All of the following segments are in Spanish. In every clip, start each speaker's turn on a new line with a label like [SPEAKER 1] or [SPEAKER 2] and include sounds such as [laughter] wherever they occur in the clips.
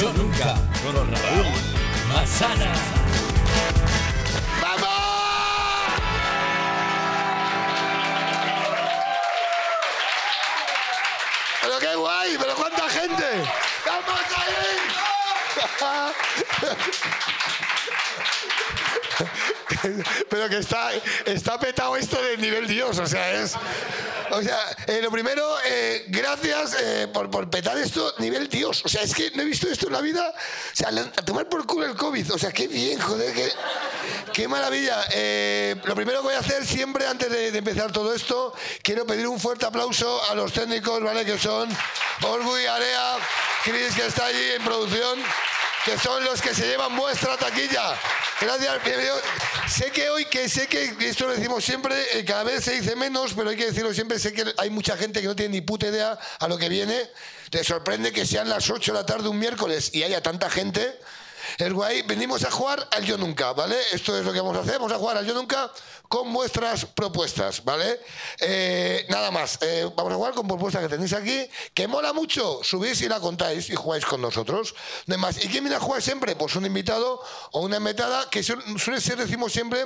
[SPEAKER 1] Roca con Raúl Mazana.
[SPEAKER 2] ¡Pero qué guay! ¡Pero cuánta gente! ¡Vamos ahí! [laughs] Pero que está, está petado esto de nivel Dios, o sea, es... O sea, eh, lo primero, eh, gracias eh, por, por petar esto nivel Dios. O sea, es que no he visto esto en la vida. O sea, la- a tomar por culo el COVID. O sea, qué bien, joder, qué, qué maravilla. Eh, lo primero que voy a hacer siempre antes de, de empezar todo esto, quiero pedir un fuerte aplauso a los técnicos, ¿vale? Que son Orgui, Area, Chris, que está allí en producción que son los que se llevan vuestra taquilla. Gracias, bienvenido. Sé que hoy, que sé que esto lo decimos siempre, eh, cada vez se dice menos, pero hay que decirlo siempre, sé que hay mucha gente que no tiene ni puta idea a lo que viene. Le sorprende que sean las 8 de la tarde un miércoles y haya tanta gente. Es guay, venimos a jugar al Yo Nunca, ¿vale? Esto es lo que vamos a hacer, vamos a jugar al Yo Nunca con vuestras propuestas, ¿vale? Eh, nada más, eh, vamos a jugar con propuestas que tenéis aquí, que mola mucho, subís y la contáis y jugáis con nosotros. No hay más. ¿Y quién viene a jugar siempre? Pues un invitado o una invitada, que su- suele ser, decimos siempre,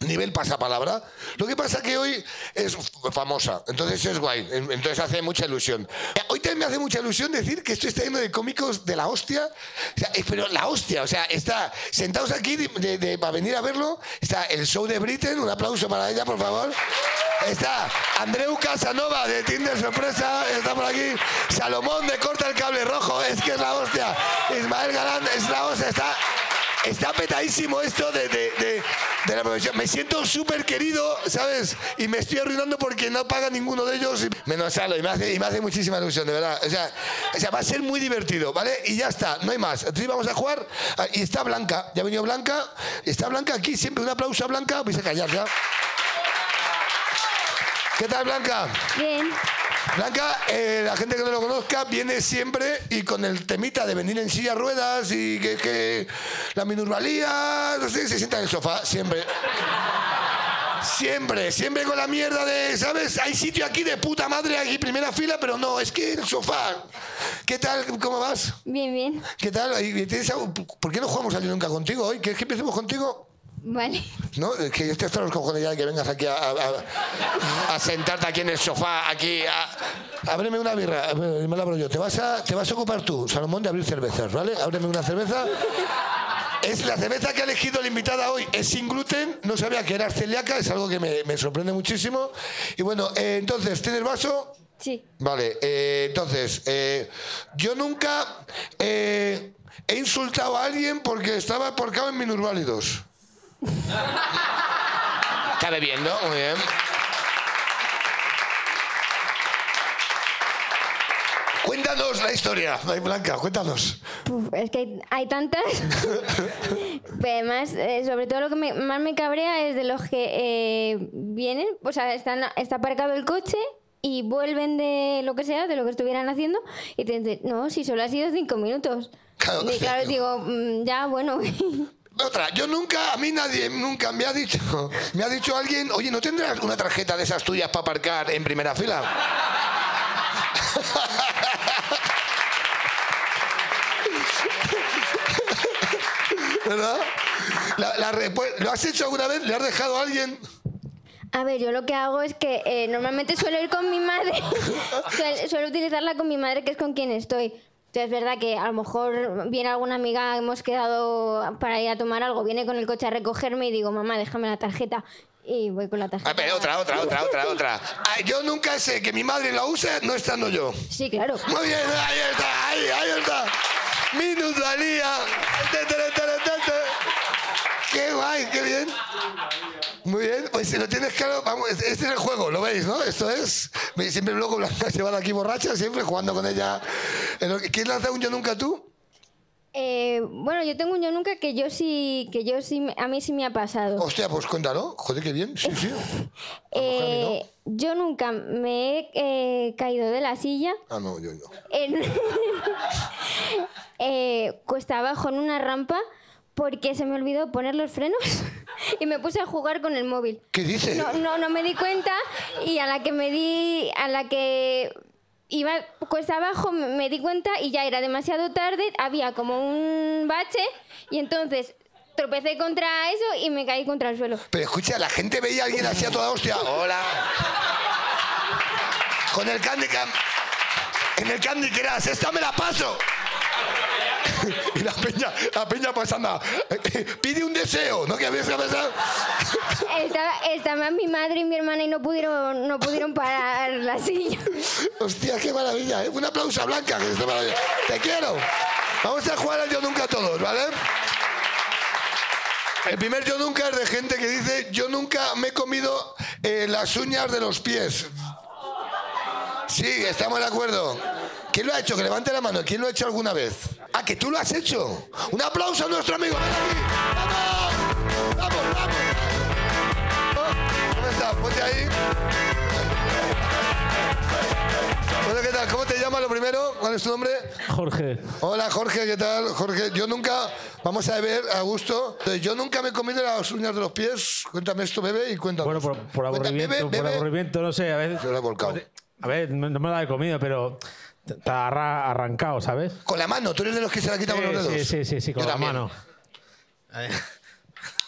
[SPEAKER 2] Nivel pasapalabra. Lo que pasa que hoy es f- famosa, entonces es guay, en- entonces hace mucha ilusión. Eh, Hoy también me hace mucha ilusión decir que esto está lleno de cómicos de la hostia, o sea, eh, pero la hostia, o sea, está sentados aquí de- de- de- para venir a verlo, está el show de Britain, un aplauso para ella, por favor. Está Andreu Casanova de Tinder Sorpresa, está por aquí. Salomón de Corta el Cable Rojo, es que es la hostia. Ismael Galán es la hostia, está... Está petadísimo esto de, de- de- de la profesión. Me siento súper querido, ¿sabes? Y me estoy arruinando porque no paga ninguno de ellos. y- Menos Salo, y me, hace, y me hace muchísima ilusión, de verdad. O sea, o sea, va a ser muy divertido, ¿vale? Y ya está, no hay más. Entonces vamos a jugar. Ah, Y está Blanca, ya ha venido Blanca. Está Blanca aquí, siempre un aplauso a Blanca. Vais a callar ya. ¿Qué tal, Blanca?
[SPEAKER 3] Bien,
[SPEAKER 2] Blanca, eh, la gente que no lo conozca viene siempre y con el temita de venir en silla de ruedas y que, que la minusvalía, no sé, se sienta en el sofá siempre. Siempre, siempre con la mierda de, ¿sabes? Hay sitio aquí de puta madre, aquí primera fila, pero no, es que el sofá. ¿Qué tal? ¿Cómo vas?
[SPEAKER 3] bien, bien.
[SPEAKER 2] ¿Qué tal? ¿Y tienes algo? ¿Por qué no jugamos al Yo nunca contigo hoy? ¿Quieres que empecemos contigo?
[SPEAKER 3] Vale.
[SPEAKER 2] ¿No? Es Que yo te estoy los cojones ya de que vengas aquí a, a- a- a sentarte aquí en el sofá, aquí ah. a... Ábreme una birra, bueno, me la abro yo. Te vas, a, te vas a ocupar tú, Salomón, de abrir cervezas, ¿vale? Ábreme una cerveza. Es la cerveza que ha elegido la invitada hoy. Es sin gluten, no sabía que era celíaca, es algo que me, me sorprende muchísimo. Y bueno, eh, entonces, ¿tienes vaso?
[SPEAKER 3] Sí,
[SPEAKER 2] Vale, eh, entonces, eh, yo nunca eh, he insultado a alguien porque estaba porcado en minusválidos. Está bebiendo, muy bien. Cuéntanos la historia, Blanca, cuéntanos.
[SPEAKER 3] Puf, es que hay, hay tantas. Pero además, eh, sobre todo lo que me- más me cabrea es de los que eh, vienen, o sea, están, está aparcado el coche y vuelven de lo que sea, de lo que estuvieran haciendo, y te dicen, no, si solo ha sido cinco minutos.
[SPEAKER 2] Claro.
[SPEAKER 3] y [laughs]
[SPEAKER 2] [laughs]
[SPEAKER 3] claro, digo, "Mm, ya, bueno.
[SPEAKER 2] Otra, yo nunca, a mí nadie nunca me ha dicho, [laughs] me ha dicho alguien, oye, ¿no tendrás una tarjeta de esas tuyas para aparcar en primera fila? [laughs] ¿Verdad? La- la respu- ¿Lo has hecho alguna vez? ¿Le has dejado a alguien?
[SPEAKER 3] A ver, yo lo que hago es que eh, normalmente suelo ir con mi madre, [laughs] suel- suelo utilizarla con mi madre, que es con quien estoy. Entonces es verdad que a lo mejor viene alguna amiga, hemos quedado para ir a tomar algo, viene con el coche a recogerme y digo, mamá, déjame la tarjeta. Y voy con la tarjeta.
[SPEAKER 2] A ver, otra, otra, otra, otra, otra. Ah, yo nunca sé que mi madre la usa no estando yo.
[SPEAKER 3] Sí, claro.
[SPEAKER 2] Muy bien, ahí está, ahí, ahí está. Minusvalía. Te, te, te, te, te, te. Qué guay, qué bien. Muy bien, pues si lo tienes claro, vamos, este es el juego, lo veis, ¿no? Esto es. me- Siempre loco [laughs] Blanca llevada aquí borracha, siempre jugando con ella. En lo que- ¿Quieres lanzar un yo nunca tú?
[SPEAKER 3] Eh, bueno, yo tengo un yo nunca que yo sí, que yo sí, me- a mí sí me ha pasado.
[SPEAKER 2] Hostia, pues cuéntalo. Joder, qué bien. Sí, sí. a lo mejor a mí no.
[SPEAKER 3] Eh, yo nunca me he eh, caído de la silla.
[SPEAKER 2] Ah, no, yo no.
[SPEAKER 3] en- [laughs] eh, cuesta abajo en una rampa porque se me olvidó poner los frenos [laughs] y me puse a jugar con el móvil.
[SPEAKER 2] ¿Qué dices?
[SPEAKER 3] No, no, no me di cuenta y a la que me di, a la que iba cuesta abajo, me me di cuenta y ya era demasiado tarde, había como un bache y entonces tropecé contra eso y me caí contra el
[SPEAKER 2] [laughs]
[SPEAKER 3] suelo.
[SPEAKER 2] Pero escucha, la gente veía a alguien así a toda hostia. ¡Hola! Con el Candy Cam. En el Candy Crush. ¡Esta me la paso! [laughs] Y la peña, la peña pasando. eh, Pide un deseo, ¿no? Que habías pasado.
[SPEAKER 3] Estaba, estaba mi madre y mi hermana y no pudieron, no pudieron parar la silla.
[SPEAKER 2] Hostia, qué maravilla. ¿eh? Un aplauso a Blanca, que está maravillosa. Te quiero. Vamos a jugar al Yo Nunca todos, ¿vale? El primer Yo Nunca es de gente que dice, yo nunca me he comido eh, las uñas de los pies. Sí, estamos de acuerdo. ¿Quién lo ha hecho? Que levante la mano. ¿Quién lo ha hecho alguna vez? Ah, que tú lo has hecho. Un aplauso a nuestro amigo. Ven aquí. ¡Vamos! ¡Vamos, vamos! Oh, ¿Cómo estás? Ponte ahí. Bueno, ¿qué tal? ¿Cómo te llamas lo primero? ¿Cuál es tu nombre?
[SPEAKER 4] Jorge,
[SPEAKER 2] Hola, Jorge, ¿qué tal? Jorge, yo nunca... Vamos a ver, a gusto. Yo nunca me he comido las uñas de los pies. Cuéntame esto, bebé, y cuéntame.
[SPEAKER 4] bueno, por, por aburrimiento, por aburrimiento, no sé, a veces...
[SPEAKER 2] Yo la he volcado.
[SPEAKER 4] A ver, no no me la he comido, pero te te ha arra- arrancado, ¿sabes?
[SPEAKER 2] Con la mano, tú eres de los que se la quita con los
[SPEAKER 4] Sí,
[SPEAKER 2] dedos.
[SPEAKER 4] sí, sí, sí, sí, con
[SPEAKER 2] Yo
[SPEAKER 4] la
[SPEAKER 2] también.
[SPEAKER 4] mano.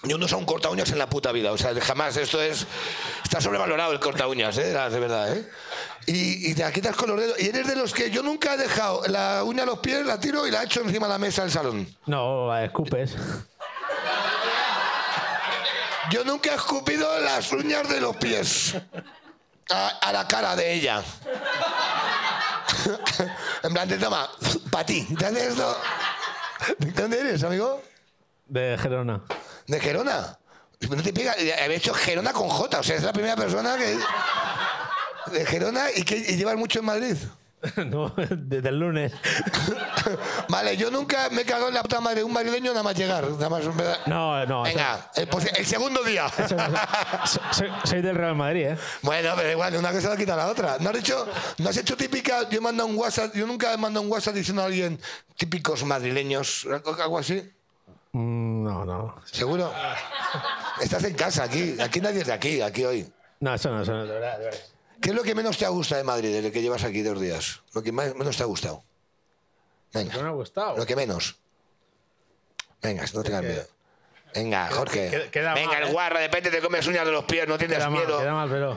[SPEAKER 2] Yo no soy un corta uñas en la puta vida, o sea, jamás. Esto es. Está sobrevalorado el corta uñas, ¿eh? La- De verdad, ¿eh? Y, y te la quitas con los dedos. Y eres de los que yo nunca he dejado la uña a los pies, la tiro y la echo encima de la mesa del salón.
[SPEAKER 4] No, la escupes.
[SPEAKER 2] Yo nunca he escupido las uñas de los pies. A, a la cara de ella. [laughs] en plan, te toma, para ti. ¿Te haces esto? ¿De dónde eres, amigo?
[SPEAKER 4] De Gerona.
[SPEAKER 2] De Gerona. No te pega. Había hecho Gerona con J. O sea, es la primera persona que. De Gerona y que y llevas mucho en Madrid.
[SPEAKER 4] [laughs] No, desde el lunes.
[SPEAKER 2] [laughs] vale, yo nunca me he cagado en la puta madre de un madrileño nada más llegar. Nada más.
[SPEAKER 4] No, no. eso-
[SPEAKER 2] Venga, el, pues, el segundo día.
[SPEAKER 4] [laughs] eso- so- soy, soy del Real Madrid, ¿eh?
[SPEAKER 2] Bueno, pero igual, una cosa la quita la otra. ¿No has hecho, no has hecho típica? Yo he mandado un WhatsApp, yo nunca he mandado un WhatsApp diciendo a alguien típicos madrileños, algo así.
[SPEAKER 4] Mm, No, no.
[SPEAKER 2] ¿Seguro? Estás en casa aquí, aquí nadie es de aquí, aquí hoy.
[SPEAKER 4] No, eso no, eso no, de verdad, de verdad.
[SPEAKER 2] ¿Qué es lo que menos te ha gustado de Madrid desde que llevas aquí dos días? Lo que más- menos te ha gustado.
[SPEAKER 4] No me ha
[SPEAKER 2] Venga,
[SPEAKER 4] gustado.
[SPEAKER 2] lo que menos. Venga, no tengas miedo. Venga, Jorge.
[SPEAKER 4] Queda- queda
[SPEAKER 2] Venga,
[SPEAKER 4] mal,
[SPEAKER 2] el
[SPEAKER 4] ¿eh?
[SPEAKER 2] guarro, de repente te comes uñas de los pies, no tienes
[SPEAKER 4] Queda mal,
[SPEAKER 2] miedo.
[SPEAKER 4] queda mal, pero...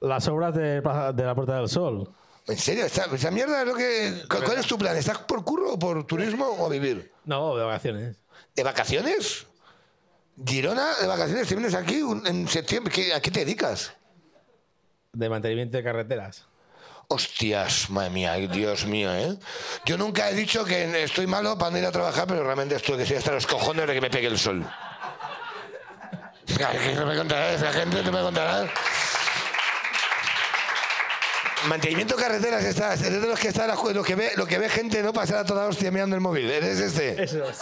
[SPEAKER 4] Las obras de, Plaza- de la Puerta del Sol.
[SPEAKER 2] ¿En serio? ¿Esta- esa mierda es lo que. ¿cu- ¿Cuál es tu plan? ¿Estás por curro, o por turismo o a vivir?
[SPEAKER 4] No, de vacaciones.
[SPEAKER 2] ¿De vacaciones? ¿Girona de vacaciones? ¿Te vienes aquí un- en septiembre? ¿Qué- ¿A qué te dedicas?
[SPEAKER 4] De mantenimiento de carreteras.
[SPEAKER 2] Hostias, madre mía, ay, Dios mío, ¿eh? Yo nunca he dicho que estoy malo para no ir a trabajar, pero realmente estoy que estoy hasta los cojones de que me pegue el sol. Ay, ¿Qué me contarás? La gente te me contará. Mantenimiento de carreteras estás, eres de los que está los que ve, lo que ve gente no pasar a toda hostia mirando el móvil, eres este.
[SPEAKER 4] Eso es.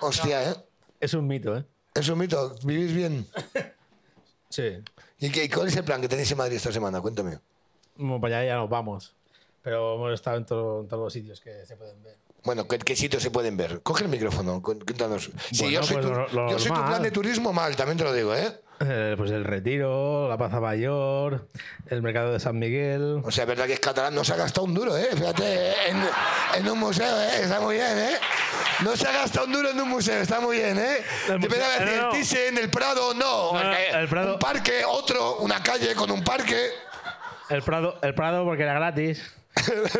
[SPEAKER 2] Hostia, ¿eh?
[SPEAKER 4] Es un mito, ¿eh?
[SPEAKER 2] Es un mito, vivís bien.
[SPEAKER 4] Sí.
[SPEAKER 2] ¿Y qué, cuál es el plan que tenéis en Madrid esta semana? Cuéntame.
[SPEAKER 4] Bueno, para allá ya nos vamos. Pero hemos estado en, todo- en todos los sitios que se pueden ver.
[SPEAKER 2] Bueno, ¿qué, qué sitios se pueden ver? Coge el micrófono, cu- cuéntanos. Sí,
[SPEAKER 4] Bueno,
[SPEAKER 2] yo, soy,
[SPEAKER 4] pues
[SPEAKER 2] tu,
[SPEAKER 4] lo- lo
[SPEAKER 2] yo soy tu
[SPEAKER 4] normal.
[SPEAKER 2] plan de turismo mal, también te lo digo, ¿eh?
[SPEAKER 4] Eh, pues el Retiro, la Plaza Mayor, el Mercado de San Miguel.
[SPEAKER 2] O sea, es verdad que es catalán, no se ha gastado un duro, ¿eh? Fíjate, en, en un museo, ¿eh? Está muy bien, ¿eh? No se ha gastado un duro en un museo, está muy bien, ¿eh?
[SPEAKER 4] El
[SPEAKER 2] Te
[SPEAKER 4] museo-
[SPEAKER 2] pensaba decir,
[SPEAKER 4] no, no.
[SPEAKER 2] el Thyssen, el Prado, no.
[SPEAKER 4] No, no,
[SPEAKER 2] eh,
[SPEAKER 4] el Prado-
[SPEAKER 2] Un parque, otro, una calle con un parque.
[SPEAKER 4] El Prado, el Prado porque era
[SPEAKER 2] [laughs]
[SPEAKER 4] gratis.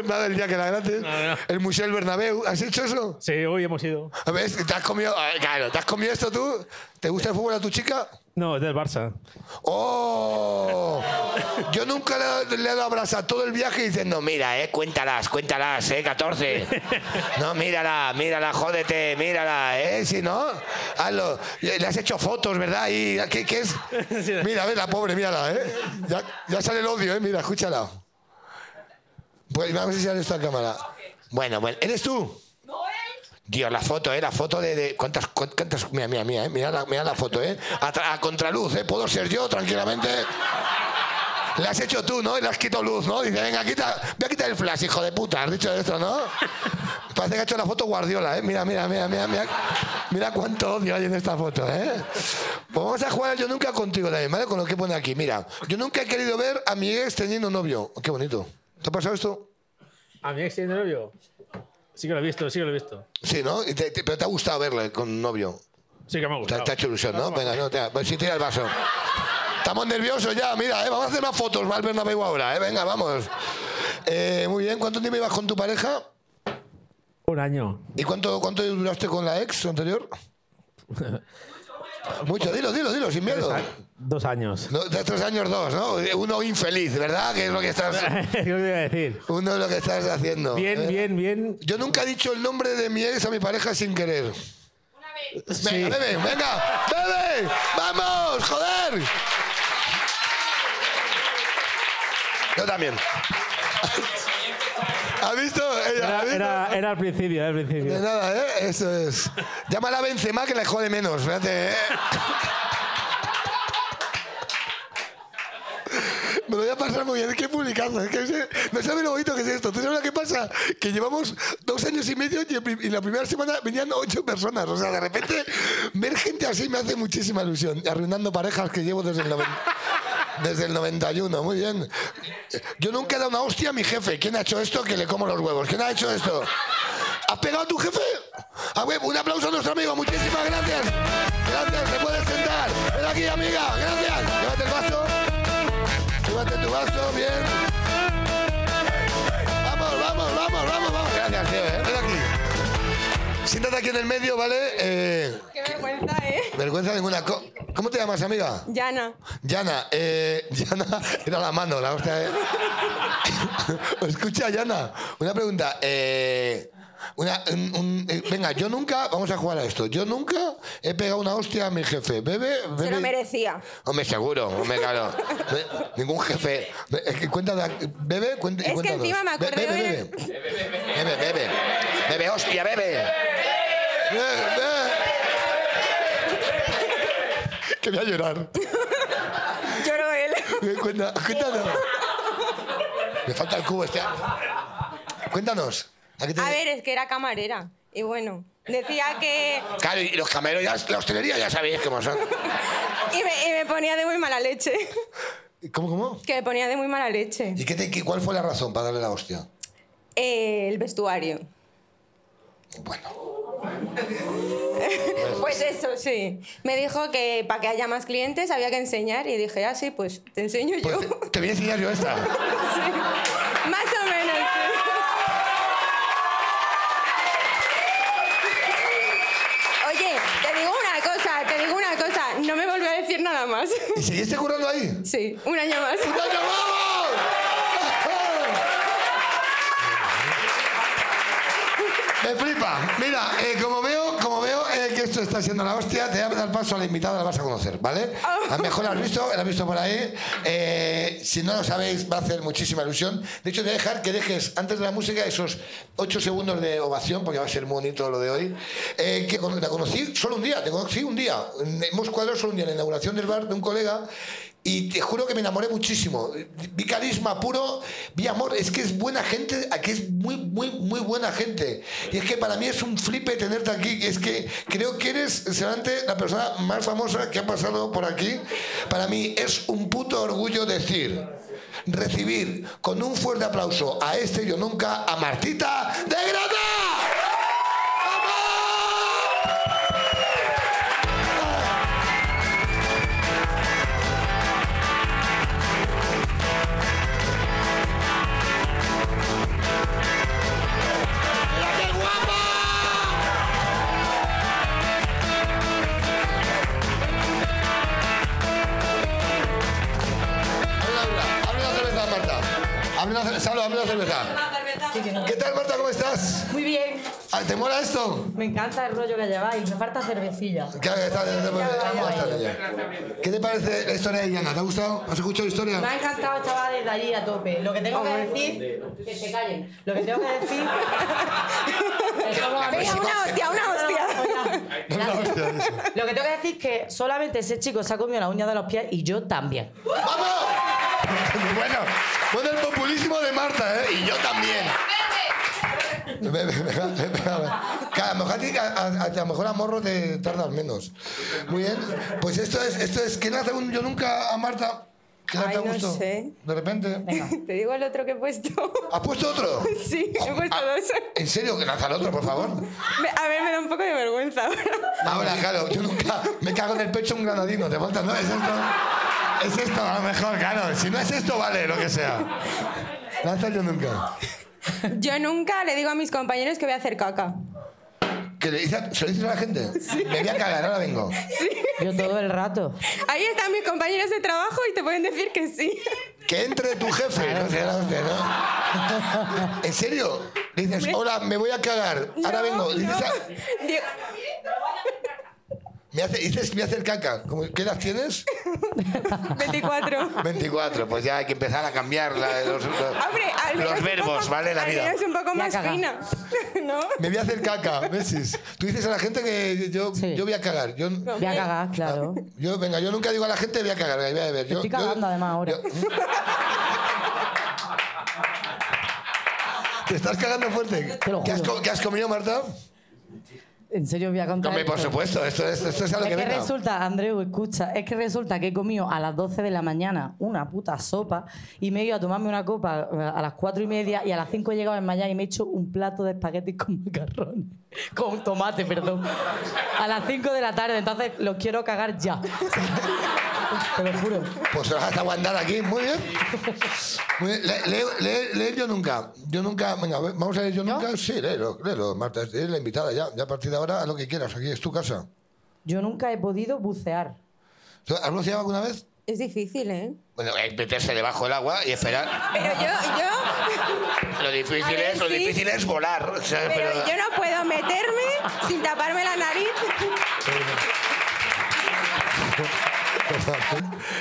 [SPEAKER 2] Nada del día que la gratis.
[SPEAKER 4] no.
[SPEAKER 2] El Museo del Bernabéu, ¿has hecho eso?
[SPEAKER 4] Sí, hoy hemos ido.
[SPEAKER 2] A ver, ¿te has comido? a ver, Claro, ¿te has comido esto tú? ¿Te gusta el fútbol a tu chica?
[SPEAKER 4] No, es del Barça.
[SPEAKER 2] ¡Oh! Yo nunca le, le he dado abrazo a todo el viaje diciendo, mira, eh, cuéntalas, cuéntalas, eh, 14. No, mírala, mírala, jódete, mírala, eh, si no, hazlo. Le le has hecho fotos, ¿verdad? Y ¿qué, qué es? Mira, a ver, la pobre, mírala, eh. Ya, ya sale el odio, eh, mira, escúchala. Pues vamos a enseñar esto a cámara. Bueno, bueno, ¿eres tú? Dios, la foto, ¿eh? La foto de... de- ¿cuántas, cu- cuántas- Mira, mira, mira, ¿eh? mira, la, mira la foto, ¿eh? A, tra- a contraluz, ¿eh? Puedo ser yo tranquilamente. La has hecho tú, ¿no? Y le has quitado luz, ¿no? Dice, venga, quita, voy a quitar el flash, hijo de puta. Has dicho esto, ¿no? Parece que ha hecho la foto Guardiola, ¿eh? Mira, mira, mira, mira, mira. Mira cuánto odio hay en esta foto, ¿eh? Pues vamos a jugar al Yo Nunca contigo también, ¿vale? Con lo que pone aquí. Mira, yo nunca he querido ver a mi ex teniendo novio. Qué bonito. ¿Te ha pasado esto?
[SPEAKER 4] ¿A mi ex tiene novio? Sí que lo he visto, sí que lo he visto.
[SPEAKER 2] Sí, ¿no? Y te- te- pero te ha gustado verle con novio.
[SPEAKER 4] Sí que me ha
[SPEAKER 2] Te,
[SPEAKER 5] Pues
[SPEAKER 4] gustado.
[SPEAKER 2] te ha hecho ilusión, ¿no? Venga, no, te, pues sí, tira el vaso. Estamos nerviosos ya, mira, eh, vamos a hacer más fotos, va al Bernabéu ahora, eh, venga, vamos. Eh, muy bien, ¿cuánto tiempo ibas con tu pareja?
[SPEAKER 4] Un año.
[SPEAKER 2] ¿Y cuánto, cuánto duraste con la ex anterior? Mucho, dilo, dilo, dilo, sin miedo.
[SPEAKER 4] Dos años.
[SPEAKER 2] No, de tres años, dos, ¿no? Uno infeliz, ¿verdad? Que es lo que
[SPEAKER 4] [laughs]
[SPEAKER 2] estás,
[SPEAKER 4] ¿Qué te iba a decir?
[SPEAKER 2] uno es lo que estás haciendo.
[SPEAKER 4] Bien,
[SPEAKER 2] Eh,
[SPEAKER 4] bien, bien.
[SPEAKER 2] Yo nunca he dicho el nombre de mi ex a mi pareja sin querer.
[SPEAKER 4] Sí.
[SPEAKER 2] Venga, bebe, venga, bebe, vamos, joder. Yo también. ¿Has visto? Ella, ¿has
[SPEAKER 4] Era,
[SPEAKER 2] visto?
[SPEAKER 4] era, era al principio, era al
[SPEAKER 2] De
[SPEAKER 4] principio.
[SPEAKER 2] nada, ¿eh? Eso es. Llámala a Benzema que le jode menos, fíjate, ¿eh? Me lo voy a pasar muy bien, es que publicando, es que se- no sabes lo bonito que es esto. ¿Tú sabes lo que pasa? Que llevamos dos años y medio y, el pri- y la primera semana venían ocho personas. O sea, de repente ver gente así me hace muchísima ilusión, arruinando parejas que llevo desde el 90 Desde el 91, muy bien. Yo nunca he dado una hostia a mi jefe. ¿Quién ha hecho esto? Que le como los huevos. ¿Quién ha hecho esto? ¿Has pegado a tu jefe? A ver, un aplauso a nuestro amigo. Muchísimas gracias. Gracias, te puedes sentar. Ven aquí, amiga. Gracias. Llévate el vaso. Llévate tu vaso, bien. Vamos, vamos, vamos, vamos, vamos. Gracias, tío. eh. Ven aquí. Siéntate aquí en el medio, ¿vale? Eh,
[SPEAKER 6] Qué vergüenza, ¿eh?
[SPEAKER 2] vergüenza ninguna. Co- ¿Cómo te llamas, amiga?
[SPEAKER 6] Yana.
[SPEAKER 2] Yana, eh, [laughs] Yana, era la mano, la hostia. eh. [laughs] Escucha, Yana, una pregunta. eh, una- un- un- eh, venga, yo nunca, vamos a jugar a esto. Yo nunca he pegado una hostia a mi jefe. Bebe, bebe.
[SPEAKER 6] Se lo merecía.
[SPEAKER 2] Hombre, seguro, hombre, claro. Be- ningún jefe. Be- Es que cuenta, la- bebe, cuenta.
[SPEAKER 6] Es que
[SPEAKER 2] cuéntanos.
[SPEAKER 6] encima me
[SPEAKER 2] Be-
[SPEAKER 6] acordé de-
[SPEAKER 2] Bebe, bebe. Bebe, bebe. Bebe, hostia, bebe. Be- [laughs] be. Que voy a llorar.
[SPEAKER 6] Lloró él.
[SPEAKER 2] Eh, cuenta- cuéntanos. Me falta el cubo este año. Cuéntanos. ¿a qué te-
[SPEAKER 6] A ver, es que era camarera. Y bueno, decía que...
[SPEAKER 2] Claro, y los cameros, ya, la hostelería ya sabéis cómo son.
[SPEAKER 6] Y me, y me ponía de muy mala leche. [laughs]
[SPEAKER 2] ¿Cómo, cómo?
[SPEAKER 6] Que me ponía de muy mala leche.
[SPEAKER 2] ¿Y qué te- qué- cuál fue la razón para darle la hostia?
[SPEAKER 6] Eh, el vestuario.
[SPEAKER 2] Bueno,
[SPEAKER 6] [laughs] Pues eso, sí. Me dijo que para que haya más clientes había que enseñar y dije, ah, sí, pues te enseño yo.
[SPEAKER 2] pues te- te voy a enseñar yo esta.
[SPEAKER 6] Sí. Más o menos. sí. Oye, te digo una cosa, te digo una cosa. No me volvió a decir nada más.
[SPEAKER 2] ¿Y seguiste curando ahí?
[SPEAKER 6] Sí, un año más.
[SPEAKER 2] ¡Venga, vamos! Me flipa. Mira, eh, como veo, como veo eh, que esto está siendo la hostia, te voy a dar paso a la invitada, la vas a conocer, ¿vale? A lo mejor la has visto, la has visto por ahí. Eh, si no lo sabéis, va a hacer muchísima ilusión. De hecho, te voy a dejar que dejes antes de la música esos ocho segundos de ovación, porque va a ser muy bonito lo de hoy. Eh, que con- la conocí solo un día, te conocí un día. Hemos cuadrado solo un día en la inauguración del bar de un colega y te juro que me enamoré muchísimo. Vi carisma puro, vi amor. Es que es buena gente, aquí es muy, muy, muy buena gente. Y es que para mí es un flipe tenerte aquí. Es que creo que eres, Serante, la persona más famosa que ha pasado por aquí. Para mí es un puto orgullo decir, recibir con un fuerte aplauso a este Yo Nunca, a Martita de Grata. ¡Vamos! ¡Mira qué guapa! Abre la cerveza, Marta. Abre la cerveza, Salo, abre la cerveza. ¿Qué tal, Marta? ¿Cómo estás?
[SPEAKER 7] Muy bien.
[SPEAKER 2] Ah, ¿Te mola esto?
[SPEAKER 7] Me encanta el rollo que lleváis. Me falta cervecilla.
[SPEAKER 2] Claro que está- vamos a estar allá. ¿Qué te parece la historia de Diana? ¿Te ha gustado? ¿Has escuchado la historia?
[SPEAKER 7] Me ha encantado, chaval, desde allí a tope. Lo que tengo que decir... Que se callen. Lo que tengo que
[SPEAKER 2] [laughs]
[SPEAKER 7] decir... que somos
[SPEAKER 6] Venga,
[SPEAKER 7] amigos.
[SPEAKER 6] una hostia, una hostia.
[SPEAKER 2] Una hostia de eso.
[SPEAKER 7] Lo que tengo que decir es que solamente ese chico se ha comido la uña de los pies y yo también.
[SPEAKER 2] ¡Vamos! [laughs] Bueno, bueno el populismo de Marta, ¿eh? Y yo también. Ve, ve, ve, ve, ve, a ver. Que a lo mejor a ti- a- a- a lo mejor a Morro te tardas menos. Muy bien. Pues esto es, esto es, ¿quién hace un yo nunca a Marta? ¿Qué tal
[SPEAKER 6] Ay,
[SPEAKER 2] te ha
[SPEAKER 6] no
[SPEAKER 2] gustado?
[SPEAKER 6] sé.
[SPEAKER 2] De repente.
[SPEAKER 6] Te digo el otro que he puesto.
[SPEAKER 2] ¿Has puesto otro?
[SPEAKER 6] sí, [laughs] he puesto
[SPEAKER 2] Ah,
[SPEAKER 6] dos.
[SPEAKER 2] ¿En serio? Que lanzar otro, por favor.
[SPEAKER 6] Me- A ver, me da un poco de vergüenza ahora.
[SPEAKER 2] Ahora, claro, yo nunca me cago en el pecho un granadino. Te falta, ¿no? Es esto. Es esto, a lo mejor, claro. Si no es esto, vale, lo que sea. Lanza el yo nunca.
[SPEAKER 6] Yo nunca le digo a mis compañeros que voy a hacer caca.
[SPEAKER 2] ¿Que le dices, ¿Se lo dices a la gente? Me voy a cagar, ahora vengo.
[SPEAKER 7] Yo todo el rato.
[SPEAKER 6] Ahí están mis compañeros de trabajo y te pueden decir que sí.
[SPEAKER 2] Que entre tu jefe. No sé, no sé, ¿no? ¿En serio? Dices, hola, me voy a cagar, ahora
[SPEAKER 6] No,
[SPEAKER 2] vengo. Dices,
[SPEAKER 6] no.
[SPEAKER 2] "Ah,
[SPEAKER 6] Digo,
[SPEAKER 2] me hace, dices, me hace el caca. ¿Cómo- ¿Qué edad tienes?
[SPEAKER 6] 24.
[SPEAKER 2] 24, pues ya hay que empezar a cambiar
[SPEAKER 8] [laughs]
[SPEAKER 2] la- los, los-
[SPEAKER 6] Hombre, al menos
[SPEAKER 2] los
[SPEAKER 6] un
[SPEAKER 2] verbos,
[SPEAKER 6] poco-
[SPEAKER 2] ¿vale? La
[SPEAKER 6] al
[SPEAKER 2] vida.
[SPEAKER 6] menos un poco más
[SPEAKER 7] caga.
[SPEAKER 6] fina, [laughs] ¿no?
[SPEAKER 2] Me voy a hacer caca, ¿ves? Tú dices a la gente que yo,
[SPEAKER 7] Sí.
[SPEAKER 2] yo voy a cagar. Yo, Ah,
[SPEAKER 7] Voy a cagar, claro.
[SPEAKER 2] yo- venga, yo nunca digo a la gente voy a cagar, venga, voy a beber. Yo,
[SPEAKER 7] Estoy
[SPEAKER 2] yo-
[SPEAKER 7] cagando, además, ahora.
[SPEAKER 2] yo- [laughs] ¿Te estás cagando fuerte?
[SPEAKER 7] Te lo
[SPEAKER 2] ¿Qué, has,
[SPEAKER 7] juro.
[SPEAKER 2] co- qué has comido, Marta?
[SPEAKER 7] En serio voy a contar.
[SPEAKER 2] Hombre, por
[SPEAKER 7] esto?
[SPEAKER 2] supuesto, esto es, esto es a lo
[SPEAKER 7] Es
[SPEAKER 2] que
[SPEAKER 7] que
[SPEAKER 2] venga.
[SPEAKER 7] resulta, Andreu, escucha, es que resulta que he comido a las 12 de la mañana una puta sopa y me he ido a tomarme una copa eh, a las 4 y media y a las 5 he llegado en Miami y me he hecho un plato de espaguetis con macarrones. Con tomate, perdón. A las 5 de la tarde, entonces los quiero cagar ya. [laughs] Te lo juro.
[SPEAKER 2] Pues te vas a aguantar aquí, muy bien. Muy bien. Le- le- le- leer yo nunca. Yo nunca. Venga, a ver, vamos a leer yo nunca. Sí, léelo, léelo, Marta. Eres la invitada ya. Ya a partir de ahora, haz lo que quieras. Aquí es tu casa.
[SPEAKER 7] Yo nunca he podido bucear.
[SPEAKER 2] ¿Has buceado alguna vez?
[SPEAKER 6] Es difícil, ¿eh?
[SPEAKER 2] Bueno, es meterse debajo del agua
[SPEAKER 7] [laughs]
[SPEAKER 2] y esperar.
[SPEAKER 6] Pero yo, yo,
[SPEAKER 2] Lo difícil,
[SPEAKER 6] A ver,
[SPEAKER 2] es, lo
[SPEAKER 6] sí.
[SPEAKER 2] difícil es volar. o sea,
[SPEAKER 6] pero
[SPEAKER 2] pero-
[SPEAKER 6] yo no puedo meterme sin taparme la nariz.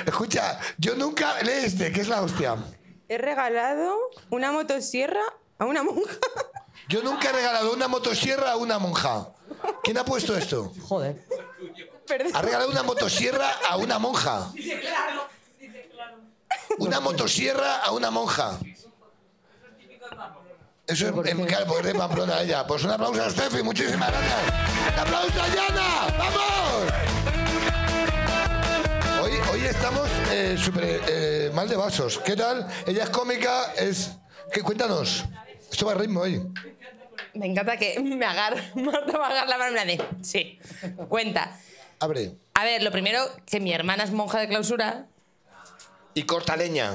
[SPEAKER 2] Escucha, yo nunca. Lee este, que es la hostia.
[SPEAKER 6] [laughs] He regalado una motosierra a una monja.
[SPEAKER 2] Yo nunca he regalado una motosierra a una monja. ¿Quién ha puesto esto?
[SPEAKER 7] Joder.
[SPEAKER 6] Perdón.
[SPEAKER 2] Ha regalado una motosierra a una monja. Una motosierra a una monja. Eso es en, claro, porque es de Pamplona ella. Pues un aplauso a Steffi, muchísimas gracias. ¡Un aplauso a Yana! ¡Vamos! Hoy, hoy estamos eh, súper eh, mal de vasos. ¿Qué tal? Ella es cómica, es... ¿Qué? Cuéntanos. Esto va a ritmo hoy.
[SPEAKER 9] Me encanta que me agarra, [laughs] Marta va a agarrar la mano en plan de, sí, cuenta.
[SPEAKER 2] Abre.
[SPEAKER 9] A ver, lo primero, que mi hermana es monja de clausura.
[SPEAKER 2] Y corta leña.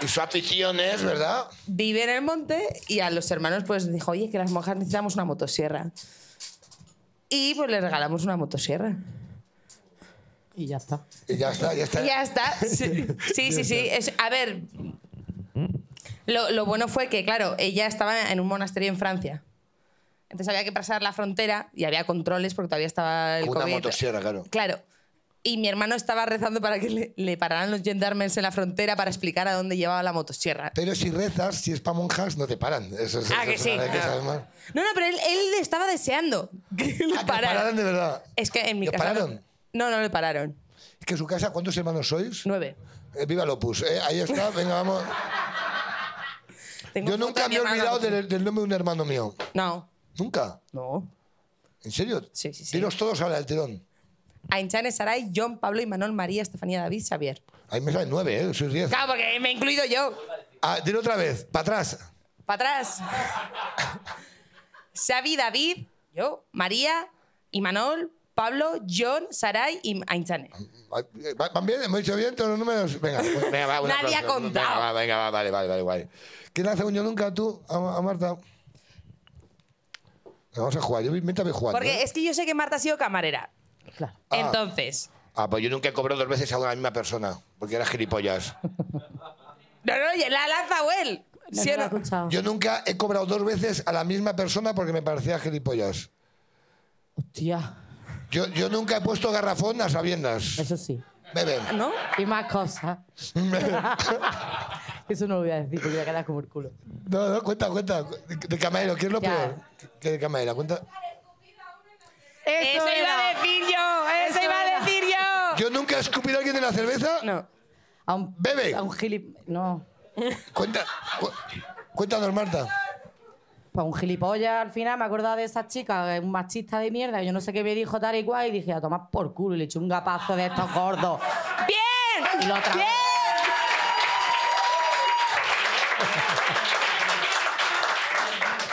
[SPEAKER 2] Y su afición es, ¿verdad?
[SPEAKER 9] Vive en el monte y a los hermanos pues dijo, oye, que las monjas necesitamos una motosierra. Y pues le regalamos una motosierra.
[SPEAKER 7] Y ya está.
[SPEAKER 2] Y ya está, ya está.
[SPEAKER 9] Y ya está. Sí, sí, sí. sí. Es- a ver, lo, lo bueno fue que, claro, ella estaba en un monasterio en Francia. Entonces había que pasar la frontera y había controles porque todavía estaba el
[SPEAKER 2] Con una
[SPEAKER 9] COVID.
[SPEAKER 2] motosierra, claro.
[SPEAKER 9] Claro. Y mi hermano estaba rezando para que le, le pararan los gendarmes en la frontera para explicar a dónde llevaba la motosierra.
[SPEAKER 2] Pero si rezas, si es para monjas, no te paran. Eso es
[SPEAKER 9] Ah,
[SPEAKER 2] eso
[SPEAKER 9] que
[SPEAKER 2] es
[SPEAKER 9] sí.
[SPEAKER 2] una de que
[SPEAKER 9] Claro.
[SPEAKER 2] sabes más.
[SPEAKER 9] No, no, pero él, él estaba deseando que le
[SPEAKER 2] Ah,
[SPEAKER 9] pararan.
[SPEAKER 2] que pararan de verdad.
[SPEAKER 9] Es que en mi
[SPEAKER 2] ¿Le
[SPEAKER 9] casa. no-
[SPEAKER 2] pararon?
[SPEAKER 9] No, no le pararon.
[SPEAKER 2] Es que en su casa, ¿cuántos hermanos sois?
[SPEAKER 9] Nueve.
[SPEAKER 2] Eh, viva Lopus. Eh, ahí está, venga, vamos.
[SPEAKER 9] Tengo
[SPEAKER 2] Yo
[SPEAKER 9] foto
[SPEAKER 2] nunca
[SPEAKER 9] de mi
[SPEAKER 2] me he
[SPEAKER 9] hermano.
[SPEAKER 2] olvidado del, del nombre de un hermano mío.
[SPEAKER 9] No,
[SPEAKER 2] Nunca.
[SPEAKER 9] no.
[SPEAKER 2] ¿En serio?
[SPEAKER 9] Sí, sí, sí.
[SPEAKER 2] Dilos todos ahora, el tirón.
[SPEAKER 9] Ainchane, Saray, John, Pablo, Imanol, María, Estefanía, David, Xavier.
[SPEAKER 2] Ahí me salen nueve, ¿eh? Sois diez.
[SPEAKER 9] Claro, porque me he incluido yo.
[SPEAKER 2] Ah, dilo otra vez, para atrás.
[SPEAKER 9] Para atrás. Xavi, David, yo, María, Imanol, Pablo, John, Saray y Ainchane.
[SPEAKER 2] Ah, eh, va- ¿Van bien? ¿Hemos dicho bien todos los números? Venga, pues, venga, va,
[SPEAKER 9] [laughs]
[SPEAKER 2] un
[SPEAKER 9] Nadie
[SPEAKER 2] aplauso.
[SPEAKER 9] ha contado.
[SPEAKER 2] Venga, va, venga, va, vale, vale, vale, guay. ¿Quién hace un yo nunca tú a, a Marta? Vamos a jugar, yo mientras voy jugando. ¿eh?
[SPEAKER 9] Porque es que yo sé que Marta ha sido camarera.
[SPEAKER 7] Claro.
[SPEAKER 2] Ah.
[SPEAKER 9] Entonces.
[SPEAKER 2] Ah, pues yo nunca he cobrado dos veces a una misma persona, porque era gilipollas.
[SPEAKER 9] No, no, ya la ha lanzado él.
[SPEAKER 7] No,
[SPEAKER 9] ¿Sí
[SPEAKER 7] no
[SPEAKER 9] o
[SPEAKER 7] lo he
[SPEAKER 9] no?
[SPEAKER 7] escuchado.
[SPEAKER 2] Yo nunca he cobrado dos veces a la misma persona porque me parecía gilipollas.
[SPEAKER 7] Hostia,
[SPEAKER 2] Yo, yo nunca he puesto garrafón a sabiendas.
[SPEAKER 7] eso sí.
[SPEAKER 2] Beben.
[SPEAKER 9] ¿No?
[SPEAKER 7] Y más cosas. [laughs] Eso no lo voy a decir porque voy a quedar como el culo.
[SPEAKER 2] No, no, cuenta, cuenta. De camarero, ¿qué es lo
[SPEAKER 7] Ya.
[SPEAKER 2] peor? Que de camarera, cuenta.
[SPEAKER 9] Eso, iba a decir yo. Eso, iba a decir yo.
[SPEAKER 2] [laughs] Yo nunca he escupido a alguien en la cerveza.
[SPEAKER 9] No.
[SPEAKER 7] A un,
[SPEAKER 2] Bebe.
[SPEAKER 7] A un gilip... No.
[SPEAKER 2] Cuenta, cu- cuéntanos, Marta.
[SPEAKER 7] Pues un gilipollas al final me acordaba de esa chica, eh, un machista de mierda, que yo no sé qué me dijo tal y cual, y dije, a tomar por culo, y le eché un gapazo de estos gordos. Y lo trago.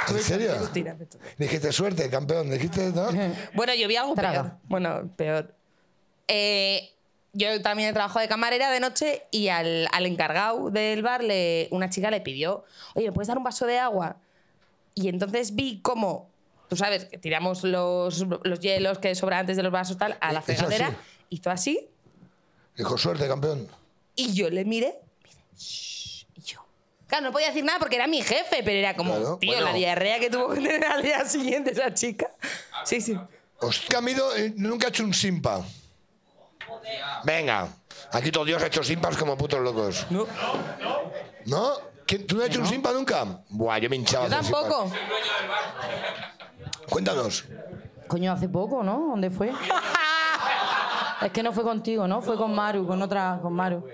[SPEAKER 2] ¿En serio?
[SPEAKER 9] Tira, tira.
[SPEAKER 2] Dijiste suerte, campeón. Dijiste,
[SPEAKER 9] [laughs]
[SPEAKER 2] ¿no?
[SPEAKER 9] Bueno, yo vi algo
[SPEAKER 7] Traga.
[SPEAKER 9] peor. Bueno, peor. Eh, yo también trabajo de camarera de noche y al, al encargado del bar le, una chica le pidió, oye, ¿me puedes dar un vaso de agua? Y entonces vi cómo, tú sabes, que tiramos los, los hielos que sobran antes de los vasos tal a la
[SPEAKER 2] Eso sí.
[SPEAKER 9] fregadera, hizo así
[SPEAKER 2] Dijo, suerte, campeón.
[SPEAKER 9] y yo le miré, miré, "Shh", y yo. Claro, no podía decir nada porque era mi jefe, pero era como,
[SPEAKER 2] Claro,
[SPEAKER 9] tío,
[SPEAKER 2] bueno.
[SPEAKER 9] la diarrea que tuvo [laughs] que tener al día siguiente esa chica. Sí, sí.
[SPEAKER 2] Os que a mí no- eh, nunca he hecho un simpa. Venga, aquí todo Dios ha hecho simpas como putos locos.
[SPEAKER 9] No.
[SPEAKER 2] ¿No? ¿Quién- ¿Tú no has hecho un simpa nunca? Buah, yo me hinchaba.
[SPEAKER 9] Yo
[SPEAKER 2] de simpas.
[SPEAKER 9] tampoco.
[SPEAKER 2] Cuéntanos.
[SPEAKER 7] Coño, hace poco, ¿no? ¿Dónde fue? es que no fue contigo, ¿no? Fue con Maru, con otra, con Maru.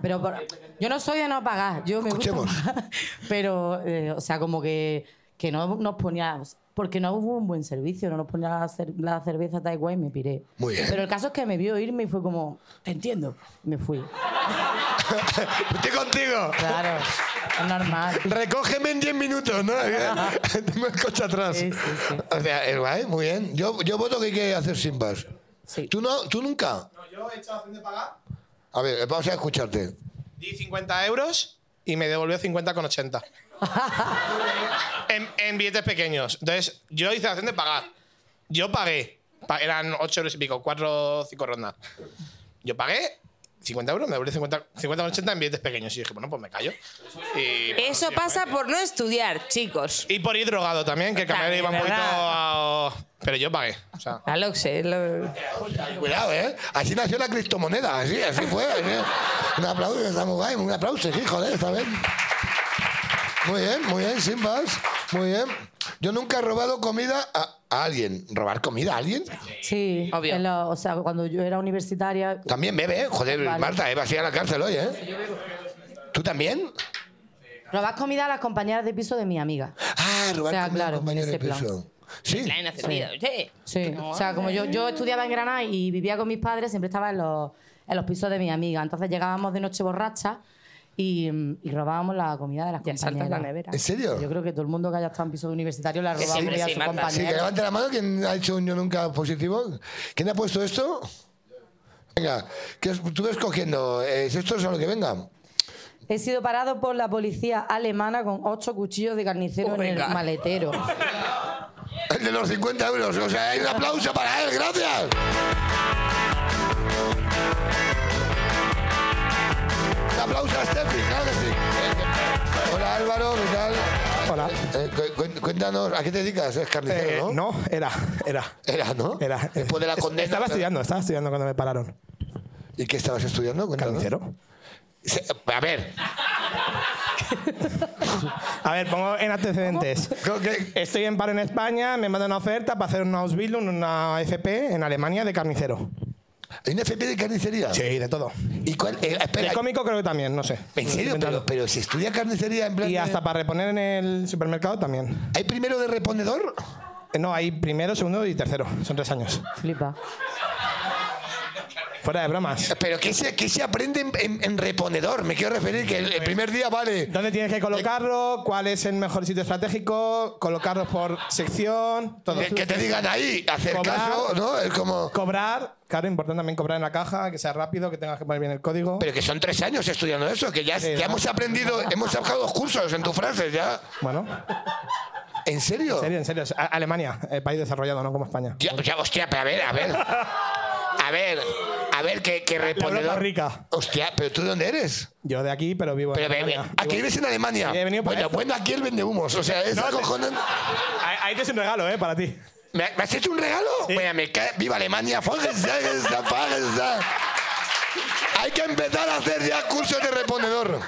[SPEAKER 7] Pero por- yo no soy de no pagar, yo me gusta
[SPEAKER 2] Escuchemos.
[SPEAKER 7] pagar. [laughs] Pero, eh, o sea, como que, que no nos ponía... Porque no hubo un buen servicio, no nos ponía la, cer- la cerveza tal y guay y me piré.
[SPEAKER 2] Muy bien.
[SPEAKER 7] Pero el caso es que me vio irme y fue como, te entiendo. Y me
[SPEAKER 2] [laughs]
[SPEAKER 7] fui. [laughs]
[SPEAKER 2] Estoy contigo.
[SPEAKER 7] Claro, es normal.
[SPEAKER 2] Recógeme en 10 minutos,
[SPEAKER 7] [laughs]
[SPEAKER 2] ¿no? [laughs] Tengo el coche atrás.
[SPEAKER 7] Sí, sí, sí.
[SPEAKER 2] O sea, es guay, muy bien. Yo, yo voto que hay que hacer simpas.
[SPEAKER 9] Sí.
[SPEAKER 2] ¿Tú, no, ¿Tú nunca?
[SPEAKER 8] No, yo he hecho opción de pagar,
[SPEAKER 2] A ver, vamos a escucharte.
[SPEAKER 8] di 50 euros y me devolvió 50 con
[SPEAKER 2] [laughs]
[SPEAKER 8] 80. en, en billetes pequeños. Entonces, yo hice acción de pagar. Yo pagué. Pa- eran 8 euros y pico, 4 5 rondas. Yo pagué 50 euros, me devolvió 50, 50 con 80 en billetes pequeños. Y dije, bueno, pues me callo. Y,
[SPEAKER 9] Eso pasa por no estudiar, chicos.
[SPEAKER 8] y por ir drogado también, que el camarero iba un
[SPEAKER 9] También,
[SPEAKER 8] poquito
[SPEAKER 9] ¿verdad?
[SPEAKER 8] a- Pero yo pagué. O sea,
[SPEAKER 9] A lo que sé, eh, lo-
[SPEAKER 2] Cuidado, ¿eh? Así nació la criptomoneda, así, así fue. así. Un aplauso, está muy guay, un aplauso, sí, joder, está bien. Muy bien, muy bien, sin más. Muy bien. Yo nunca he robado comida a, a alguien. ¿Robar comida a alguien?
[SPEAKER 7] Sí,
[SPEAKER 9] Obvio.
[SPEAKER 7] en la- o sea, cuando yo era universitaria,
[SPEAKER 2] También bebe, ¿eh? Joder,
[SPEAKER 7] Vale.
[SPEAKER 2] Marta, Eva, a ir a la cárcel hoy, ¿eh? ¿Tú también?
[SPEAKER 7] robas comida a las compañeras de piso de mi amiga.
[SPEAKER 2] Ah, robar
[SPEAKER 7] O sea,
[SPEAKER 2] comida a
[SPEAKER 7] claro,
[SPEAKER 2] un compañero de
[SPEAKER 7] ese plan.
[SPEAKER 2] piso. Sí.
[SPEAKER 9] la inaccesible, oye.
[SPEAKER 7] Sí, o sea, como yo, yo estudiaba en Granada y vivía con mis padres, siempre estaba en los, en los pisos de mi amiga. Entonces llegábamos de noche borracha y, mm, y robábamos la comida de las
[SPEAKER 9] Ya saltas
[SPEAKER 7] compañeras.
[SPEAKER 9] la nevera.
[SPEAKER 2] ¿En serio?
[SPEAKER 7] Yo creo que todo el mundo que haya estado en piso de universitario le ha robado
[SPEAKER 9] siempre
[SPEAKER 7] comida a
[SPEAKER 9] sí,
[SPEAKER 7] su
[SPEAKER 9] Marta.
[SPEAKER 2] Sí, que
[SPEAKER 7] compañera.
[SPEAKER 2] levante la mano. ¿Quién ha hecho un yo nunca positivo? ¿Quién ha puesto esto? Venga, que os- tú ves cogiendo. Eh, esto es a lo que venga.
[SPEAKER 7] He sido parado por la policía alemana con ocho cuchillos de carnicero en
[SPEAKER 9] Venga.
[SPEAKER 7] el maletero.
[SPEAKER 2] El de los 50 euros. O sea, hay un aplauso para él. Gracias. Un aplauso a Steffi, claro que sí. Eh, Hola Álvaro, ¿qué tal?
[SPEAKER 5] Hola.
[SPEAKER 2] Eh, cu- cu- cuéntanos, ¿a qué te dedicas? ¿Es carnicero,
[SPEAKER 5] Eh,
[SPEAKER 2] no?
[SPEAKER 5] no, era, era.
[SPEAKER 2] Era, ¿no?
[SPEAKER 5] Era.
[SPEAKER 2] Después de la
[SPEAKER 5] Es-
[SPEAKER 2] condena.
[SPEAKER 5] Estaba estudiando, estaba estudiando cuando me pararon.
[SPEAKER 2] ¿Y qué estabas estudiando? Cuéntanos.
[SPEAKER 5] Carnicero.
[SPEAKER 2] Se- A ver,
[SPEAKER 5] A ver, pongo en
[SPEAKER 2] [laughs]
[SPEAKER 5] antecedentes.
[SPEAKER 2] creo que-
[SPEAKER 5] Estoy en paro en España, me mandan una oferta para hacer una Ausbildung, una FP en Alemania de carnicero.
[SPEAKER 2] ¿Hay una FP de carnicería?
[SPEAKER 5] Sí, de todo.
[SPEAKER 2] ¿Y cuál? Eh, espera.
[SPEAKER 5] De cómico creo que también, no sé.
[SPEAKER 2] ¿En serio? Pero, pero se estudia carnicería en plan.
[SPEAKER 5] Y
[SPEAKER 2] de-
[SPEAKER 5] hasta para reponer en el supermercado también.
[SPEAKER 2] ¿Hay primero de reponedor?
[SPEAKER 5] Eh, No, hay primero, segundo y tercero. Son tres años.
[SPEAKER 7] Flipa.
[SPEAKER 5] Fuera de bromas.
[SPEAKER 2] ¿Pero qué se, qué se aprende en, en- en reponedor? Me quiero referir que el, el primer día vale. Eh,
[SPEAKER 5] ¿Dónde tienes que colocarlo? ¿Cuál es el mejor sitio estratégico? Colocarlos por sección, todo.
[SPEAKER 2] Que, que te digan ahí, hacer
[SPEAKER 5] Cobrar.
[SPEAKER 2] caso, ¿no? Es como.
[SPEAKER 5] Cobrar, claro, importante también cobrar en la caja, que sea rápido, que tengas que poner bien el código.
[SPEAKER 2] Pero que son tres años estudiando eso, que ya,
[SPEAKER 5] Sí,
[SPEAKER 2] ya
[SPEAKER 5] ¿no?
[SPEAKER 2] hemos aprendido, hemos sacado dos cursos en tu frase, ya.
[SPEAKER 5] Bueno,
[SPEAKER 2] ¿En serio?
[SPEAKER 5] en serio, en serio. A- Alemania, el país desarrollado, no como España.
[SPEAKER 2] Ya, ya, hostia, pero a ver, a ver. A ver, a ver, que, que
[SPEAKER 5] Europa
[SPEAKER 2] reponedor.
[SPEAKER 5] rica.
[SPEAKER 2] Hostia, pero ¿tú de dónde eres?
[SPEAKER 5] Yo de aquí, pero vivo
[SPEAKER 2] Pero
[SPEAKER 5] en
[SPEAKER 2] ve, ve,
[SPEAKER 5] Alemania.
[SPEAKER 2] aquí vives en Alemania.
[SPEAKER 5] Sí, he venido para
[SPEAKER 2] bueno,
[SPEAKER 5] esto.
[SPEAKER 2] bueno, aquí el vende humos. O sea, es
[SPEAKER 5] No, te-
[SPEAKER 2] acojonante.
[SPEAKER 5] Ahí, ahí te es un regalo, ¿eh? Para ti.
[SPEAKER 2] ¿Me, me has hecho un regalo? Bueno, me cae- ¡Viva Alemania! ¡Fájense, fájense! Hay que empezar a hacer ya cursos de reponedor.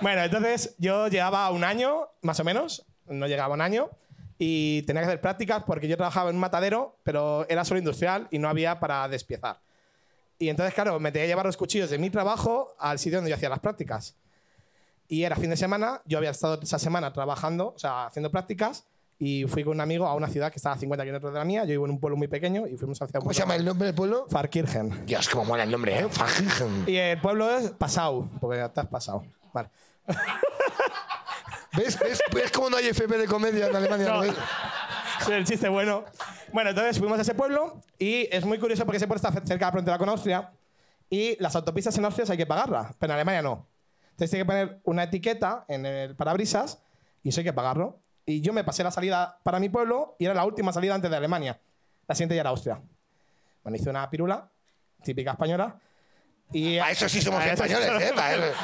[SPEAKER 5] Bueno, entonces yo llegaba a un año, más o menos, no llegaba a un año, y tenía que hacer prácticas porque yo trabajaba en un matadero, pero era solo industrial y no había para despiezar. Y entonces, claro, me tenía que llevar los cuchillos de mi trabajo al sitio donde yo hacía las prácticas. Y era fin de semana, yo había estado esa semana trabajando, o sea, haciendo prácticas, Y fui con un amigo a una ciudad que estaba a 50 kilómetros de la mía. Yo vivo en un pueblo muy pequeño y fuimos hacia un
[SPEAKER 2] ¿Cómo
[SPEAKER 5] pueblo-
[SPEAKER 2] se llama el nombre del pueblo?
[SPEAKER 5] Farkirchen.
[SPEAKER 2] Dios, cómo mola el nombre, ¿eh? Fangirgen.
[SPEAKER 5] [laughs] Y el pueblo es Pasau, porque estás pasado. Vale.
[SPEAKER 2] [laughs] ¿Ves, ves, ¿Ves cómo no hay FP de comedia en Alemania?
[SPEAKER 5] No.
[SPEAKER 2] ¿Lo
[SPEAKER 5] [laughs]
[SPEAKER 2] ves?
[SPEAKER 5] Es el chiste bueno. Bueno, entonces fuimos a ese pueblo y es muy curioso porque ese pueblo está cerca de la frontera con Austria y las autopistas en Austria hay que pagarlas, pero en Alemania no. Entonces tiene que poner una etiqueta en el parabrisas y eso hay que pagarlo. Y yo me pasé la salida para mi pueblo y era la última salida antes de Alemania. La siguiente ya era Austria. Bueno, hice una pirula, típica española. Y
[SPEAKER 2] Para eso sí somos
[SPEAKER 5] Para eso sí
[SPEAKER 2] españoles,
[SPEAKER 5] somos
[SPEAKER 2] ¿eh? Para eso.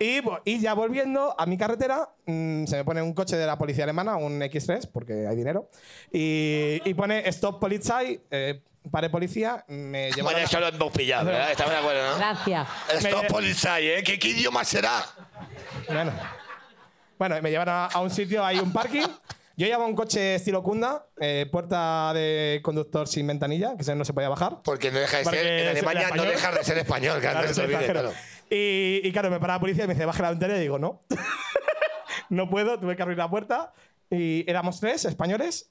[SPEAKER 5] y, vo- y ya volviendo a mi carretera, mm, se me pone un coche de la policía alemana, un X3, porque hay dinero, y, y pone Stop Polizei, eh, pare policía, me llevaron
[SPEAKER 2] Bueno,
[SPEAKER 5] a-
[SPEAKER 2] eso lo hemos pillado, ¿verdad? Estamos de acuerdo, ¿no?
[SPEAKER 7] Gracias.
[SPEAKER 2] Esto
[SPEAKER 5] Me-
[SPEAKER 2] es polizai, ¿eh? ¿Qué, qué idioma será?
[SPEAKER 5] mm, Bueno. Bueno, me llevaron a, a un sitio, hay un parking. Yo llevaba un coche estilo Kunda, eh, puerta de conductor sin ventanilla, que se- no se podía bajar.
[SPEAKER 2] Porque no deja de
[SPEAKER 5] Porque
[SPEAKER 2] ser. En
[SPEAKER 5] es
[SPEAKER 2] Alemania no
[SPEAKER 5] español.
[SPEAKER 2] deja de ser español, que
[SPEAKER 5] Claro,
[SPEAKER 2] no se
[SPEAKER 5] soy
[SPEAKER 2] olvide,
[SPEAKER 5] extranjero.
[SPEAKER 2] claro.
[SPEAKER 5] Y, y claro, me para la policía y me dice, baja la ventana. Y digo, no. [laughs] no puedo, tuve que abrir la puerta. Y éramos tres españoles.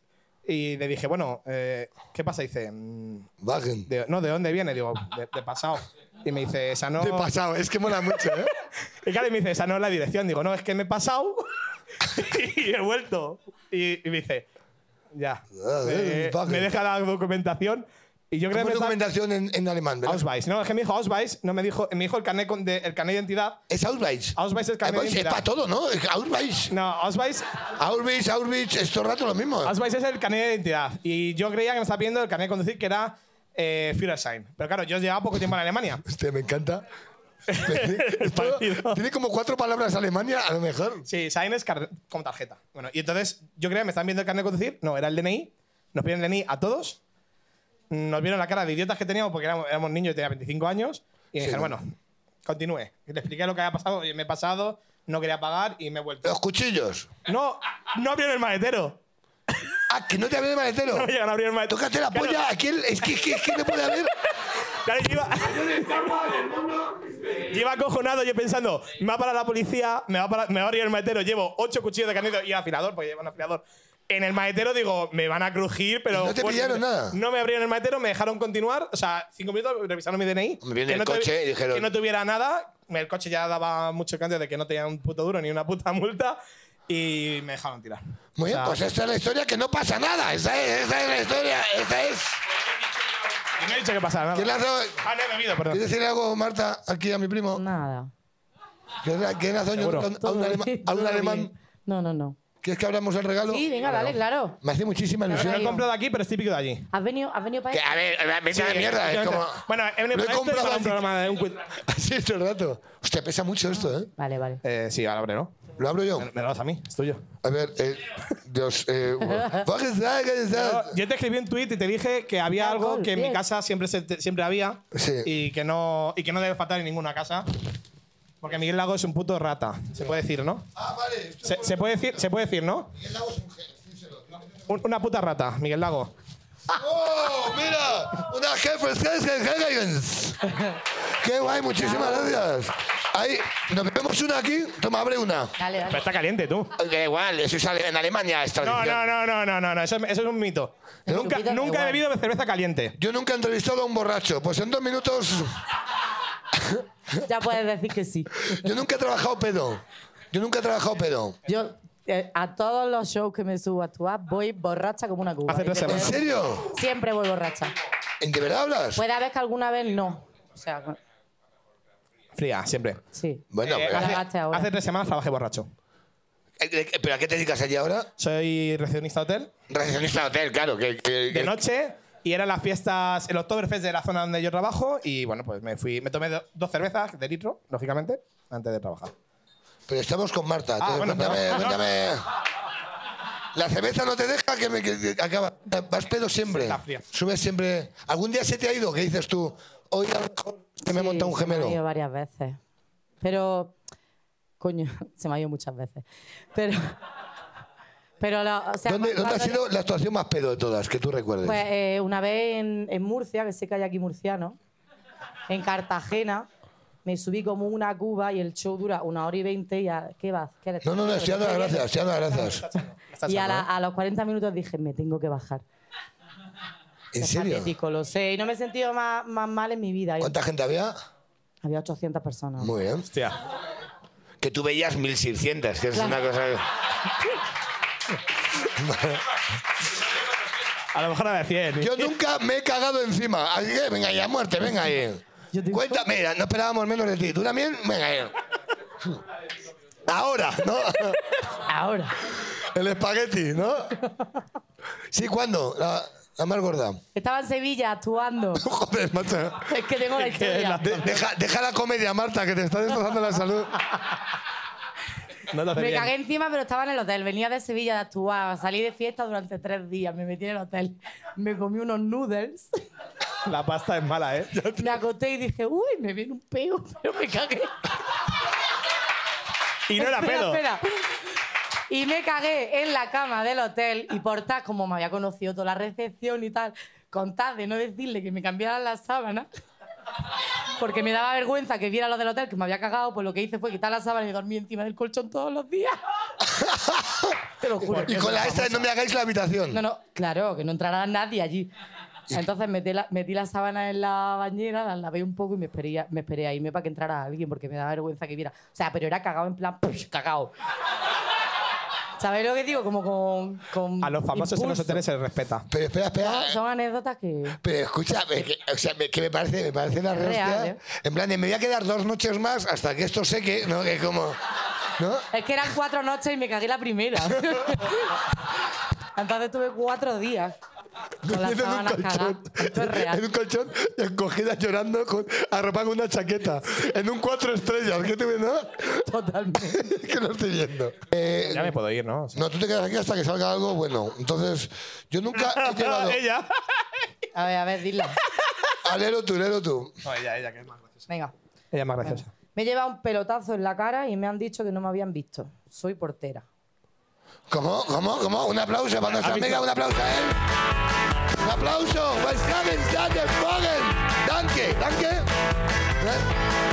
[SPEAKER 5] Y le dije, bueno, eh, ¿qué pasa? dice, mm,
[SPEAKER 2] Wagen.
[SPEAKER 5] de- no, ¿de dónde viene? Digo, de, de pasado. Y me dice, esa no.
[SPEAKER 2] De pasado, es que mola mucho, ¿eh?
[SPEAKER 5] [laughs] Y claro, y me dice, esa no es la dirección. Digo, no, es que me he pasado [laughs] y he vuelto. Y, y me dice, ya.
[SPEAKER 2] Ah,
[SPEAKER 5] Eh,
[SPEAKER 2] Wagen.
[SPEAKER 5] me deja la documentación. Y yo creo
[SPEAKER 2] ¿Cómo
[SPEAKER 5] que
[SPEAKER 2] es
[SPEAKER 5] me está-
[SPEAKER 2] documentación en, en alemán, verdad?
[SPEAKER 5] Ausweis. No, es que me dijo Ausweis, no me dijo, me dijo el carnet con- de- el carnet de identidad.
[SPEAKER 2] Es Ausweis.
[SPEAKER 5] Ausweis es carnet de
[SPEAKER 2] Ausweis es
[SPEAKER 5] identidad.
[SPEAKER 2] para todo, ¿no? Es Ausweis.
[SPEAKER 5] No, Ausweis,
[SPEAKER 2] Ausweis, Ausweis, es todo el rato lo mismo.
[SPEAKER 5] Ausweis es el carnet de identidad. Y yo creía que me estaba pidiendo el carnet de conducir, que era eh, Führerschein. Pero claro, yo llevaba poco tiempo en
[SPEAKER 2] [laughs]
[SPEAKER 5] Alemania.
[SPEAKER 2] Hostia, me encanta. Todo-
[SPEAKER 5] [laughs] partido.
[SPEAKER 2] Tiene como cuatro palabras Alemania, a lo mejor.
[SPEAKER 5] Sí, Schein es car- como tarjeta. Bueno, y entonces yo creía que me estaban viendo el carnet de conducir. No, era el DNI. Nos piden el DNI a todos. Nos vieron la cara de idiotas que teníamos porque éramos, éramos niños, yo tenía 25 años. Y me dijeron,
[SPEAKER 2] ¿no?
[SPEAKER 5] bueno, continúe. Y le expliqué lo que había pasado. Oye, me he pasado, no quería pagar y me he vuelto.
[SPEAKER 2] Los
[SPEAKER 5] [laughs]
[SPEAKER 2] cuchillos.
[SPEAKER 5] No, no abrieron el maletero.
[SPEAKER 2] Ah, que no te abre el maletero.
[SPEAKER 5] No llegan a abrir el maletero.
[SPEAKER 2] Tócate la
[SPEAKER 5] Claro,
[SPEAKER 2] polla. Aquí el- es, que, es, que, es que no puede haber.
[SPEAKER 5] Claro, yo iba, yo iba acojonado, yo pensando, me va a parar la policía, me va a, parar- me va a abrir el maletero, llevo ocho cuchillos de carnero y afilador, porque llevo un afilador. En el maletero digo, me van a crujir, pero...
[SPEAKER 2] ¿No te
[SPEAKER 5] fuerte.
[SPEAKER 2] pillaron nada?
[SPEAKER 5] No me abrieron el maletero, me dejaron continuar, o sea, cinco minutos revisaron mi DNI.
[SPEAKER 2] Me viene
[SPEAKER 5] que
[SPEAKER 2] el
[SPEAKER 5] no tuvi-
[SPEAKER 2] coche y dijeron-
[SPEAKER 5] Que no tuviera nada, el coche ya daba mucho cambio de que no tenía un puto duro ni una puta multa y me dejaron tirar.
[SPEAKER 2] Muy bien,
[SPEAKER 5] O sea,
[SPEAKER 2] pues esta es la historia que no pasa nada. Esa es, esa es la historia. Esa es.
[SPEAKER 5] y no he dicho que pasara nada.
[SPEAKER 2] ¿Quién la ha dado-
[SPEAKER 5] Ah, no he bebido, perdón.
[SPEAKER 2] ¿Quieres decir algo, Marta, aquí a mi primo?
[SPEAKER 7] Nada.
[SPEAKER 2] ¿Quién ha- quién ha dado
[SPEAKER 5] Seguro.
[SPEAKER 2] a un- a un,
[SPEAKER 7] Todo
[SPEAKER 2] alema-
[SPEAKER 7] bien,
[SPEAKER 2] a un
[SPEAKER 7] todo
[SPEAKER 2] alemán?
[SPEAKER 7] bien. No, no, no.
[SPEAKER 2] ¿Quieres que abramos el regalo?
[SPEAKER 7] Sí, venga, dale, claro.
[SPEAKER 2] Me hace muchísima
[SPEAKER 5] Lo he
[SPEAKER 2] ilusión.
[SPEAKER 5] comprado aquí, pero es típico de allí.
[SPEAKER 7] ¿Has venido, has venido para
[SPEAKER 2] Que, a ver, a ver, vete a la mierda. Es como...
[SPEAKER 5] Bueno, he venido
[SPEAKER 2] Lo he
[SPEAKER 5] para esto y
[SPEAKER 2] comprado
[SPEAKER 5] para un
[SPEAKER 2] así.
[SPEAKER 5] programa de
[SPEAKER 2] [laughs]
[SPEAKER 5] un quiz.
[SPEAKER 2] Así todo el rato. Hostia, pesa mucho esto, ¿eh?
[SPEAKER 7] Ah, Vale, vale.
[SPEAKER 5] Eh, sí, ahora abre, ¿no?
[SPEAKER 2] ¿Lo abro yo?
[SPEAKER 5] Me lo das a mí,
[SPEAKER 7] [laughs]
[SPEAKER 5] es tuyo.
[SPEAKER 2] A ver, eh, Dios. Eh, ¿Fuck is that? ¿Qué is that?
[SPEAKER 5] Yo te escribí un tuit y te dije que había algo
[SPEAKER 7] Alcohol,
[SPEAKER 5] que en mi
[SPEAKER 7] bien.
[SPEAKER 5] casa siempre, se- te- siempre había
[SPEAKER 2] Sí.
[SPEAKER 5] y, que no, "Oh, y que no debe faltar en ninguna casa. Porque Miguel Lago es un puto rata. Se puede decir, ¿no?
[SPEAKER 2] Ah, vale.
[SPEAKER 5] Se, se puede, decir, se puede decir, ¿no? Un- Una puta rata, Miguel Lago.
[SPEAKER 2] ¡Oh, mira! ¡Una jefe! ¡Qué guay! Muchísimas gracias. Ahí, nos bebemos una aquí. Toma, abre una.
[SPEAKER 7] Dale,
[SPEAKER 5] Pero
[SPEAKER 7] dale.
[SPEAKER 5] está caliente, tú.
[SPEAKER 2] Da igual, eso es ale- en Alemania. Es
[SPEAKER 5] No,
[SPEAKER 2] tradición.
[SPEAKER 5] no, no, no, no, no, no, Eso, es- eso es un mito.
[SPEAKER 7] El
[SPEAKER 5] Nunca,
[SPEAKER 7] chupito da
[SPEAKER 5] nunca he
[SPEAKER 7] igual.
[SPEAKER 5] bebido cerveza caliente.
[SPEAKER 2] Yo nunca he entrevistado a un borracho. Pues en dos minutos.
[SPEAKER 7] Ya puedes decir que sí.
[SPEAKER 2] Yo nunca he trabajado pedo. Yo nunca he trabajado pedo.
[SPEAKER 7] Yo eh, a todos los shows que me subo a actuar voy borracha como una cuba.
[SPEAKER 5] Hace tres
[SPEAKER 2] ¿En
[SPEAKER 5] semanas.
[SPEAKER 2] serio?
[SPEAKER 7] Siempre voy borracha.
[SPEAKER 2] ¿De verdad hablas?
[SPEAKER 7] Puede haber que alguna vez no. O sea,
[SPEAKER 5] Fría, siempre.
[SPEAKER 7] sí.
[SPEAKER 2] Bueno, pues.
[SPEAKER 5] Eh,
[SPEAKER 2] pero,
[SPEAKER 7] Grabaste ahora.
[SPEAKER 5] hace tres semanas trabajé borracho.
[SPEAKER 2] eh, eh, ¿pero a qué te dedicas allí ahora?
[SPEAKER 5] Soy recepcionista de hotel
[SPEAKER 2] Recepcionista de hotel, claro. Que, que-
[SPEAKER 5] de
[SPEAKER 2] que-
[SPEAKER 5] noche y eran las fiestas, el Oktoberfest de la zona donde yo trabajo y bueno, pues me fui, me tomé do- dos cervezas de litro, lógicamente, antes de trabajar.
[SPEAKER 2] Pero estamos con Marta. Ah, entonces
[SPEAKER 5] Ah, bueno,
[SPEAKER 2] cuéntame,
[SPEAKER 5] perdón.
[SPEAKER 2] cuéntame. La cerveza no te deja que me que- que acaba. Vas pedo siempre.
[SPEAKER 5] Está fría.
[SPEAKER 2] Subes siempre. ¿Algún día se te ha ido? ¿Qué dices tú? Hoy a lo mejor se me ha
[SPEAKER 7] Sí,
[SPEAKER 2] montado un
[SPEAKER 7] se me ha ido
[SPEAKER 2] gemelo.
[SPEAKER 7] varias veces. Pero, coño, se me ha ido muchas veces. Pero, pero la- o sea,
[SPEAKER 2] ¿Dónde,
[SPEAKER 7] cuando-
[SPEAKER 2] dónde ha sido la actuación más pedo de todas que tú recuerdes?
[SPEAKER 7] Pues eh, una vez en, en Murcia, que sé que hay aquí murcianos, en Cartagena, me subí como una cuba y el show dura una hora y veinte y a... ¿Qué vas? ¿Qué eres?
[SPEAKER 2] No, no, no, estoy dando las gracias, estoy dando las gracias.
[SPEAKER 7] pues, Y a, la- a los 40 minutos dije, me tengo que bajar.
[SPEAKER 2] ¿En
[SPEAKER 7] Es
[SPEAKER 2] serio?
[SPEAKER 7] patético, lo sé. Y no me he sentido más, más mal en mi vida. Y
[SPEAKER 2] ¿Cuánta gente había?
[SPEAKER 7] Había 800 personas.
[SPEAKER 2] Muy bien.
[SPEAKER 5] Hostia.
[SPEAKER 10] Que tú veías 1600, que es una cosa.
[SPEAKER 5] [laughs] A lo mejor había 100.
[SPEAKER 2] Yo nunca me he cagado encima. Así que, venga ya, muerte, venga ahí.
[SPEAKER 7] Yo te-
[SPEAKER 2] Cuéntame, mira, no esperábamos menos de ti. ¿Tú también? Venga ahí. Ahora, ¿no?
[SPEAKER 7] Ahora.
[SPEAKER 2] El espagueti, ¿no? Sí, ¿cuándo? La, la más gorda.
[SPEAKER 7] Estaba en Sevilla
[SPEAKER 2] [laughs]
[SPEAKER 7] actuando.
[SPEAKER 2] Joder, macho.
[SPEAKER 7] es que tengo la
[SPEAKER 2] [laughs]
[SPEAKER 7] historia.
[SPEAKER 2] De- deja, deja la comedia, Marta, que te está destrozando la salud.
[SPEAKER 5] No te hace
[SPEAKER 7] Me
[SPEAKER 5] bien.
[SPEAKER 7] cagué encima, pero estaba en el hotel. Venía de Sevilla de actuar. Salí de fiesta durante tres días. Me metí en el hotel. Me comí unos noodles.
[SPEAKER 5] [laughs] La pasta es mala,
[SPEAKER 2] [laughs]
[SPEAKER 5] ¿eh?
[SPEAKER 7] Me acosté y dije, uy, me viene un peo, [laughs] pero me cagué.
[SPEAKER 5] Y no era
[SPEAKER 7] Espera,
[SPEAKER 5] pedo.
[SPEAKER 7] espera. Y me cagué en la cama del hotel y por tal, como me había conocido toda la recepción y tal, con tal de no decirle que me cambiaran la sábana, porque me daba vergüenza que viera lo del hotel, que me había cagado, pues lo que hice fue quitar la sábana y dormí encima del colchón todos los días. Te lo juro.
[SPEAKER 2] Y con la esta de no me hagáis la habitación.
[SPEAKER 7] No, no, claro, que no entrará nadie allí. Entonces metí la, metí la sábana en la bañera, la lavé un poco y me esperé, me esperé a irme para que entrara alguien porque me daba vergüenza que viera. O sea, pero era cagado en plan, ¡push! cagado. ¿Sabéis lo que digo? Como con. con
[SPEAKER 5] A los famosos en los
[SPEAKER 7] impulso.
[SPEAKER 5] hoteles se les respeta.
[SPEAKER 2] Pero espera, espera.
[SPEAKER 7] Son, son
[SPEAKER 5] ¿eh?
[SPEAKER 7] anécdotas que.
[SPEAKER 2] Pero escúchame, que, o sea, me, que me parece, me parece una
[SPEAKER 7] Real,
[SPEAKER 2] hostia.
[SPEAKER 7] ¿eh?
[SPEAKER 2] En plan, de, me voy a quedar dos noches más hasta que esto seque, ¿no? Que como. ¿No?
[SPEAKER 7] Es que eran cuatro noches y me cagué la
[SPEAKER 5] [laughs]
[SPEAKER 7] primera. Entonces tuve cuatro días. Con las
[SPEAKER 2] Durmiendo en un
[SPEAKER 7] sábanas cagadas.
[SPEAKER 2] colchón.
[SPEAKER 7] Esto
[SPEAKER 2] [laughs]
[SPEAKER 7] es
[SPEAKER 2] En un
[SPEAKER 7] real.
[SPEAKER 2] colchón, encogida llorando, con, arropada con una chaqueta. En un cuatro estrellas. ¿Qué te ve, no? [laughs]
[SPEAKER 7] Totalmente.
[SPEAKER 2] que no estoy viendo. Eh,
[SPEAKER 5] Ya me puedo ir, ¿no?
[SPEAKER 2] no, tú te quedas aquí hasta que salga algo bueno. Entonces, yo nunca
[SPEAKER 5] [laughs]
[SPEAKER 2] he llegado.
[SPEAKER 5] Ella.
[SPEAKER 7] A ver, a ver, dila.
[SPEAKER 2] Alero tú, lero tú.
[SPEAKER 5] No, ella, ella, que es más graciosa.
[SPEAKER 7] Venga.
[SPEAKER 5] Ella es más graciosa.
[SPEAKER 7] Me he llevado un pelotazo en la cara y me han dicho que no me habían visto. Soy portera.
[SPEAKER 2] ¿Cómo? ¿Cómo? ¿Cómo? Un aplauso para nuestra amiga, un aplauso a él. Un aplauso. Welcome, Sander Fogen. Danke, danke. Ven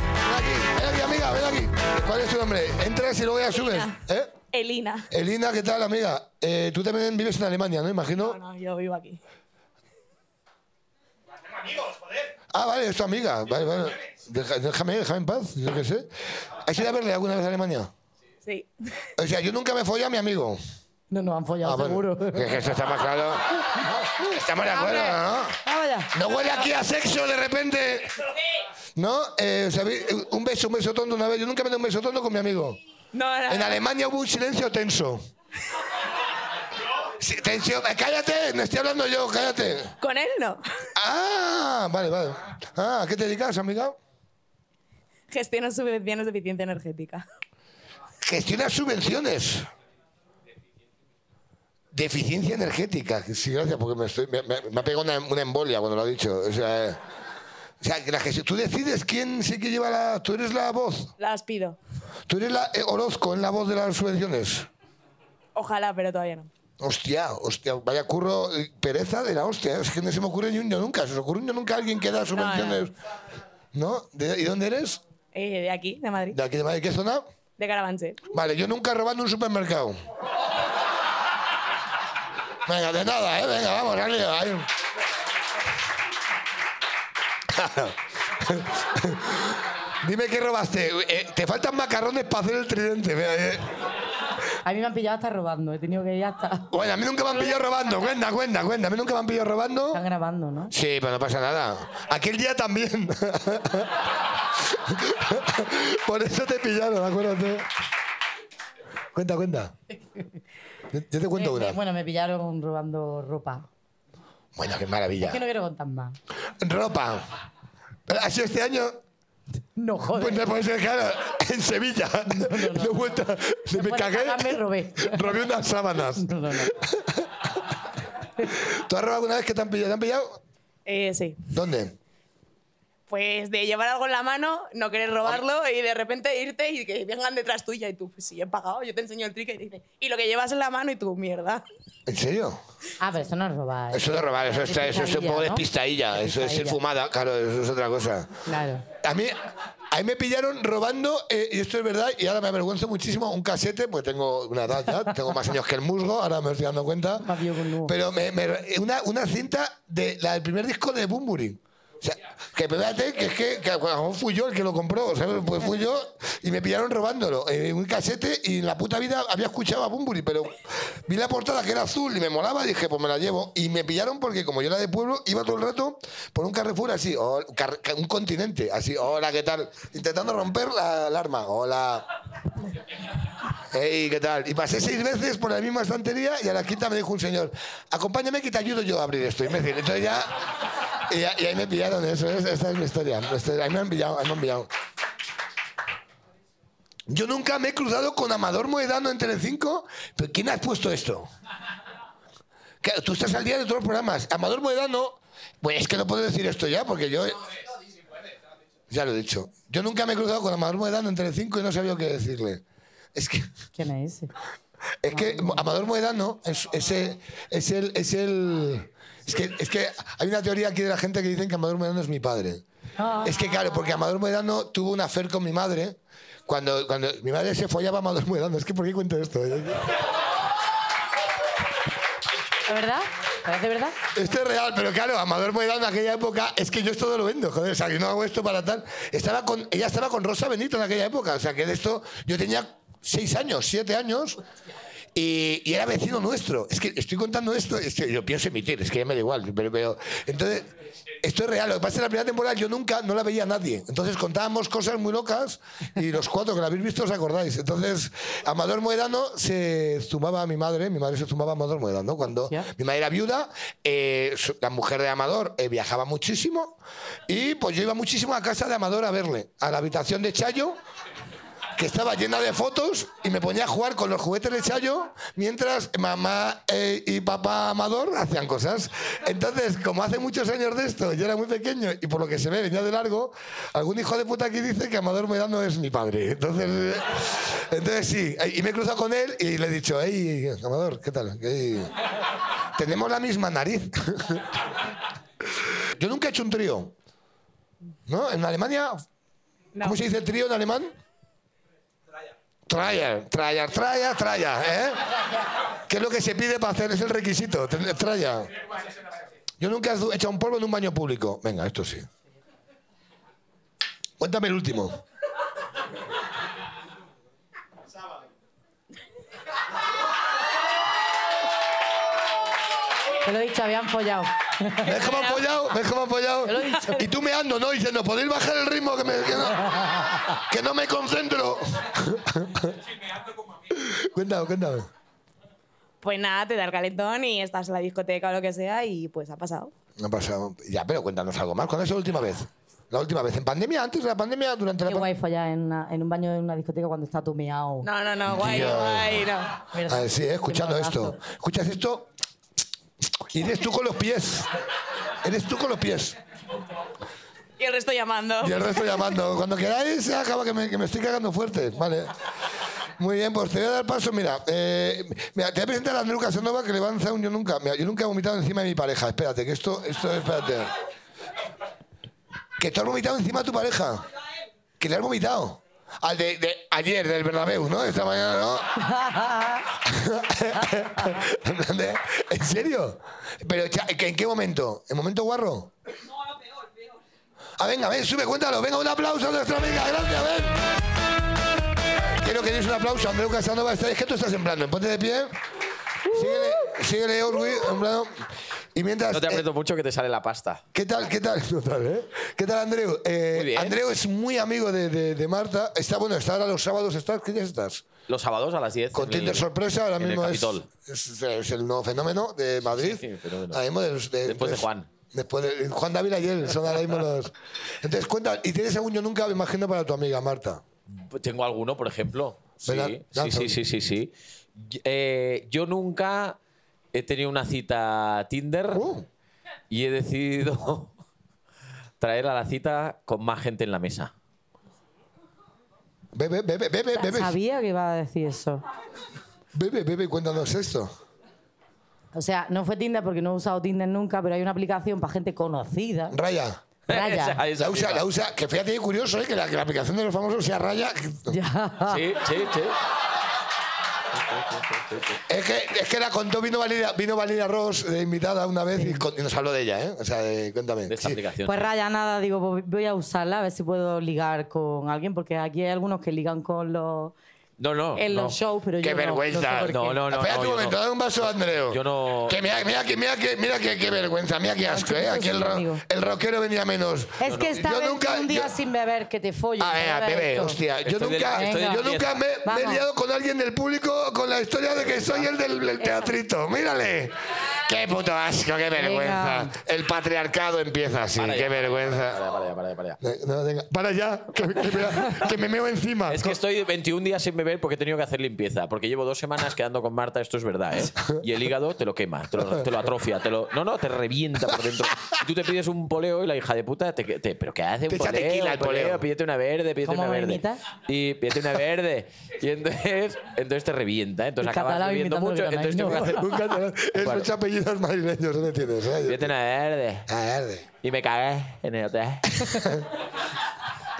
[SPEAKER 2] ven aquí, ven aquí, amiga, ven aquí. ¿Cuál es tu nombre? Entras y luego ya subes. ¿Eh?
[SPEAKER 11] Elina.
[SPEAKER 2] Elina, ¿qué tal, amiga? Eh, tú también vives en Alemania, ¿no? Imagino.
[SPEAKER 11] No, no, yo vivo aquí.
[SPEAKER 2] Ah, vale, es tu amiga. Vale, vale. Deja- déjame, déjame en paz, yo qué sé. ¿Has ido a verle alguna vez a Alemania?
[SPEAKER 11] Sí.
[SPEAKER 2] O sea, yo nunca me follé a mi amigo.
[SPEAKER 7] No nos han follado,
[SPEAKER 2] Ah, vale.
[SPEAKER 7] seguro.
[SPEAKER 2] Es que Eso está más claro. Estamos
[SPEAKER 7] Ah,
[SPEAKER 2] de acuerdo, ¿no?
[SPEAKER 7] Vamos allá.
[SPEAKER 2] ¿No huele aquí a sexo de repente? ¿No? Eh, ¿sabéis? Un beso, un beso tonto una vez. Yo nunca me doy un beso tonto con mi amigo.
[SPEAKER 11] No, no.
[SPEAKER 2] En Alemania hubo un silencio tenso. Sí, tensión. Eh, cállate, no estoy hablando yo, cállate.
[SPEAKER 11] Con él no.
[SPEAKER 2] Ah, vale, vale. Ah, ¿a qué te dedicas, amiga?
[SPEAKER 11] Gestiono subvenciones de eficiencia energética.
[SPEAKER 2] Gestionas subvenciones. Deficiencia energética. Sí, gracias, porque me, estoy, me, me- me ha pegado una, una embolia cuando lo ha dicho. O sea, eh, o sea, que la gestión- tú decides quién sí que lleva la... Tú eres la voz.
[SPEAKER 11] Las pido.
[SPEAKER 2] Tú eres la eh, Orozco en la voz de las subvenciones.
[SPEAKER 11] Ojalá, pero todavía no.
[SPEAKER 2] Hostia, hostia, vaya curro, eh, pereza de la hostia. eh. Es que no se me ocurre ni un yo nunca. Se os ocurre un yo nunca a alguien que da subvenciones. ¿No? ¿De- ¿Y dónde eres?
[SPEAKER 11] Eh, de aquí, de Madrid.
[SPEAKER 2] ¿De aquí de Madrid? ¿Qué zona?
[SPEAKER 11] De Carabanchel.
[SPEAKER 2] Vale, yo nunca robando un supermercado. Venga, de nada, ¿eh? Venga, vamos, al lío, ahí. [laughs] Dime qué robaste. Eh, te faltan macarrones para hacer el tridente. Mira, eh.
[SPEAKER 7] A mí me han pillado hasta robando. He tenido que ir hasta.
[SPEAKER 2] Bueno, a mí nunca me han pillado robando. Cuenta, cuenta, cuenta. A mí nunca me han pillado robando.
[SPEAKER 7] Están grabando, ¿no?
[SPEAKER 2] Sí, pero no pasa nada. Aquel día también. Por eso te pillaron, acuérdate. Cuenta, cuenta. Yo yo te cuento
[SPEAKER 7] Eh,
[SPEAKER 2] una.
[SPEAKER 7] me- bueno, me pillaron robando ropa.
[SPEAKER 2] Bueno, qué
[SPEAKER 7] Es que no
[SPEAKER 2] maravilla.
[SPEAKER 7] quiero contar más.
[SPEAKER 2] Ropa. Pero ¿Ha sido este año?
[SPEAKER 7] No, joder.
[SPEAKER 2] Pues no puede ser, claro. En Sevilla. De vuelta. Se me
[SPEAKER 7] Bueno,
[SPEAKER 2] cagué.
[SPEAKER 7] cagar me robé.
[SPEAKER 2] Robé unas sábanas.
[SPEAKER 7] No, no, no.
[SPEAKER 2] ¿Tú has robado alguna vez que te han pillado? ¿Te han pillado?
[SPEAKER 11] Eh, sí.
[SPEAKER 2] ¿Dónde?
[SPEAKER 11] Pues de llevar algo en la mano, no querer robarlo y de repente irte y que vengan detrás tuya y tú, pues sí, he pagado, yo te enseño el trick y dice, y lo que llevas en la mano y tú, mierda.
[SPEAKER 2] ¿En serio?
[SPEAKER 7] Ah, pero eso no es robar. ¿eh?
[SPEAKER 10] Eso de robar, eso, está, eso es un
[SPEAKER 7] Despistadilla,
[SPEAKER 10] poco
[SPEAKER 7] ¿no?
[SPEAKER 10] despistadilla. Eso es ir
[SPEAKER 7] Despistadilla.
[SPEAKER 10] fumada, claro, eso es otra cosa.
[SPEAKER 7] Claro.
[SPEAKER 2] A mí, A mí me pillaron robando, eh, y esto es verdad, y ahora me avergüenzo muchísimo, un casete, pues tengo una edad
[SPEAKER 10] [laughs]
[SPEAKER 2] ya, tengo más años que el musgo, ahora me estoy dando cuenta. Pero me- me- una, una cinta de la del primer disco de Bumburi. O sea, que espérate, que es que, que a lo mejor fui yo el que lo compró, o sea, pues fui yo y me pillaron robándolo. En un casete y en la puta vida había escuchado a Bumburi, pero vi la portada que era azul y me molaba y dije, pues me la llevo. Y me pillaron porque como yo era de pueblo, iba todo el rato por un Carrefour así, o car- un continente, así, hola, ¿qué tal? Intentando romper la alarma, hola. Ey, ¿qué tal? Y pasé seis veces por la misma estantería y a la quinta me dijo un señor, acompáñame que te ayudo yo a abrir esto. Y me decía, entonces ya... Y, a- y ahí me pillaron eso, es- esta es mi historia. Este- Ahí me han pillado, ahí me han pillado. Yo nunca me he cruzado con Amador Moedano en Telecinco, pero ¿quién has puesto esto? Que Tú estás al día de todos los programas. Amador Moedano, pues es que no puedo decir esto ya, porque yo... Ya lo he dicho. Yo nunca me he cruzado con Amador Moedano en Telecinco y no sabía qué decirle. Es que...
[SPEAKER 7] ¿Quién es ese?
[SPEAKER 2] Es que Mo- Amador Moedano es, es el- es el... Es, el- es que, es que hay una teoría aquí de la gente que dicen que Amador Moedano es mi padre.
[SPEAKER 7] Ah.
[SPEAKER 2] Es que claro, porque Amador Moedano tuvo una affair con mi madre cuando, cuando mi madre se follaba a Amador Moedano. Es que ¿por qué cuento esto?
[SPEAKER 7] ¿De verdad? ¿Parece verdad?
[SPEAKER 2] Esto es real, pero claro, Amador Moedano en aquella época es que yo esto no lo vendo, joder, o sea, yo no hago esto para tal. Estaba con, ella estaba con Rosa Benito en aquella época, o sea, que de esto yo tenía seis años, siete años. Y, y era vecino nuestro. Es que estoy contando esto, es que yo pienso emitir, es que ya me da igual. Pero, pero- entonces, esto es real. Lo que pasa es que la primera temporada yo nunca no la veía a nadie. Entonces contábamos cosas muy locas y los cuatro que la habéis visto os acordáis. Entonces, Amador Moedano se zumbaba a mi madre, mi madre se zumbaba a Amador Moedano. Cuando mi madre era viuda, eh, su- la mujer de Amador eh, viajaba muchísimo y pues yo iba muchísimo a casa de Amador a verle, a la habitación de Chayo que estaba llena de fotos y me ponía a jugar con los juguetes de Chayo mientras mamá eh, y papá Amador hacían cosas. Entonces, como hace muchos años de esto, yo era muy pequeño y por lo que se ve venía de largo, algún hijo de puta aquí dice que Amador Medano es mi padre. Entonces, eh, entonces sí, eh, y me he cruzado con él y le he dicho, hey, Amador, ¿qué tal? Ey, Tenemos la misma nariz. [laughs] yo nunca he hecho un trío. ¿No? En Alemania... ¿Cómo se dice trío en alemán? Traya, traya, traya, traya, ¿eh? ¿Qué es lo que se pide para hacer? Es el requisito, ten- traya. Yo nunca he echado un polvo en un baño público. Venga, esto sí. Cuéntame el último.
[SPEAKER 7] Te lo he dicho, habían follado.
[SPEAKER 2] ¿Ves cómo han follado? ¿Ves cómo han follado? Y tú me ando, ¿no? Diciendo, ¿podéis bajar el ritmo? Que, me- que no, que no me concentro. cuéntame, cuéntame.
[SPEAKER 11] Pues nada, te da el calentón y estás en la discoteca o lo que sea y pues ha pasado.
[SPEAKER 2] No ha pasado. Ya, pero cuéntanos algo más. ¿Cuándo es la última vez? La última vez. ¿En pandemia? ¿Antes de la pandemia? ¿Durante la
[SPEAKER 7] Qué guay follar en, una- en un baño de una discoteca cuando está tumeado.
[SPEAKER 11] No, no, no, guay,
[SPEAKER 2] Tío.
[SPEAKER 11] guay, no.
[SPEAKER 2] pandemia? Ah, sí, eh, escuchando esto. Escuchas esto y eres tú con los pies. Eres tú con los pies.
[SPEAKER 11] Y el resto llamando.
[SPEAKER 2] Y el resto llamando. Cuando queráis, acaba que me, que me estoy cagando fuerte. Vale. Muy bien, pues te voy a dar paso. Mira, eh, mira, te voy a presentar a Andrew Casanova que le va a lanzar un yo nunca. Mira, yo nunca he vomitado encima de mi pareja. Espérate, que esto, esto, espérate. Que tú has vomitado encima de tu pareja. Que le has vomitado. Al de, de ayer, del Bernabéu, ¿no? Esta mañana, ¿no? [laughs] En plan de, ¿En serio? Pero, cha- ¿que ¿en qué momento? ¿En momento guarro? Ah, venga, ven, sube, cuéntalo. Venga, un aplauso a nuestra amiga, gracias, ven. Quiero que deis un aplauso a Andreu Casanova. Está- Es que tú estás en plano, ponte de pie. Síguele, síguele, Urbi, en plano. Y mientras...
[SPEAKER 12] No te
[SPEAKER 2] eh,
[SPEAKER 12] aprieto mucho que te sale la pasta.
[SPEAKER 2] ¿Qué tal, qué tal? [laughs] No tal, ¿eh? ¿Qué tal, Andreu? Eh, Andreu es muy amigo de, de- de Marta. Está, bueno, está ahora los sábados. ¿estás? ¿Qué día estás?
[SPEAKER 12] Los sábados a las 10.
[SPEAKER 2] Con Tinder Sorpresa, ahora
[SPEAKER 12] en el
[SPEAKER 2] mismo es,
[SPEAKER 12] Capitol.
[SPEAKER 2] es, es el nuevo fenómeno de Madrid. Ahora mismo de los- de-
[SPEAKER 12] Después de
[SPEAKER 2] pues,
[SPEAKER 12] Juan.
[SPEAKER 2] Después de eh, Juan David ayer, son ahora mismo los... Entonces, cuenta, y tienes algún yo nunca, me imagino, para tu amiga Marta.
[SPEAKER 12] Pues Tengo alguno, por ejemplo. Sí,
[SPEAKER 2] Venga,
[SPEAKER 12] sí,
[SPEAKER 2] lanza
[SPEAKER 12] sí,
[SPEAKER 2] uno.
[SPEAKER 12] sí, sí, sí. Y- eh, yo nunca he tenido una cita Tinder
[SPEAKER 2] Uh.
[SPEAKER 12] y he decidido [laughs] traer a la cita con más gente en la mesa.
[SPEAKER 2] Bebe, bebe, bebe, bebe.
[SPEAKER 7] Sabía que iba a decir eso.
[SPEAKER 2] Bebe, bebe, cuéntanos esto.
[SPEAKER 7] O sea, no fue Tinder porque no he usado Tinder nunca, pero hay una aplicación para gente conocida.
[SPEAKER 2] Raya.
[SPEAKER 7] Raya.
[SPEAKER 12] Esa- esa
[SPEAKER 2] La usa,
[SPEAKER 12] misma.
[SPEAKER 2] la usa. Que fíjate qué curioso, ¿eh? Que la, que la aplicación de los famosos sea Raya.
[SPEAKER 12] Sí, sí, sí.
[SPEAKER 2] Es que, es que la contó, vino Valida, vino Valida Ross de invitada una vez y, con- y nos habló de ella, ¿eh? O sea, de- cuéntame. Sí.
[SPEAKER 7] Pues raya nada, digo, pues voy a usarla a ver si puedo ligar con alguien, porque aquí hay algunos que ligan con los...
[SPEAKER 12] No, no.
[SPEAKER 7] En los
[SPEAKER 12] no.
[SPEAKER 7] shows, pero Qué yo no, vergüenza. no sé por
[SPEAKER 12] No,
[SPEAKER 7] qué.
[SPEAKER 12] no, no.
[SPEAKER 2] Espérate
[SPEAKER 12] no,
[SPEAKER 2] un
[SPEAKER 12] yo
[SPEAKER 2] momento,
[SPEAKER 12] no.
[SPEAKER 2] dale un vaso a Andreu.
[SPEAKER 12] Yo no.
[SPEAKER 2] Que mira, mira, que mira, que mira, que qué vergüenza, mira qué asco, ¿eh? Aquí el, ro- el rockero venía menos.
[SPEAKER 7] Es que esta
[SPEAKER 2] Yo
[SPEAKER 7] vez
[SPEAKER 2] nunca-
[SPEAKER 7] un día
[SPEAKER 2] yo-
[SPEAKER 7] sin beber, que te follen.
[SPEAKER 2] Ah, venga,
[SPEAKER 7] Beber
[SPEAKER 2] bebé,
[SPEAKER 7] esto.
[SPEAKER 2] hostia. Yo
[SPEAKER 12] Estoy de-
[SPEAKER 2] nunca,
[SPEAKER 12] estoy de
[SPEAKER 2] yo
[SPEAKER 12] fiesta.
[SPEAKER 2] nunca me, me he
[SPEAKER 7] Vamos.
[SPEAKER 2] liado con alguien del público con la historia de que soy el del, del teatrito. Mírale. Qué puto asco, qué vergüenza. El patriarcado empieza así, qué vergüenza.
[SPEAKER 12] Para allá, para allá, para allá.
[SPEAKER 2] Eh, no, venga, para ya, que, que me, [laughs] que me meo encima.
[SPEAKER 12] Es que estoy 21 días sin beber porque he tenido que hacer limpieza. Porque llevo dos semanas quedando con Marta, esto es verdad, ¿eh? Y el hígado te lo quema, te lo, te lo atrofia, te lo. No, no, te revienta por dentro. Y tú te pides un poleo y la hija de puta te. te- ¿Pero qué hace?
[SPEAKER 2] Te
[SPEAKER 12] Un
[SPEAKER 2] echa
[SPEAKER 12] poleo,
[SPEAKER 2] tequila al
[SPEAKER 12] un poleo,
[SPEAKER 2] poleo.
[SPEAKER 12] Pídete una verde, pídete
[SPEAKER 7] ¿Cómo
[SPEAKER 12] una
[SPEAKER 7] me
[SPEAKER 12] verde.
[SPEAKER 7] imitas?
[SPEAKER 12] Y pídete una verde. Y entonces, entonces te revienta. ¿eh? Entonces
[SPEAKER 7] El
[SPEAKER 12] acabas
[SPEAKER 7] catalán
[SPEAKER 12] bebiendo
[SPEAKER 7] imitando
[SPEAKER 12] mucho.
[SPEAKER 7] al
[SPEAKER 12] Entonces tengo que hacer.
[SPEAKER 2] Un catalán. Es
[SPEAKER 12] Bueno.
[SPEAKER 2] ocho apellidos madrileños, ¿no entiendes? eh?
[SPEAKER 12] Pídete una verde.
[SPEAKER 2] A verde.
[SPEAKER 12] Y me cagué en el
[SPEAKER 2] [laughs]
[SPEAKER 12] hotel.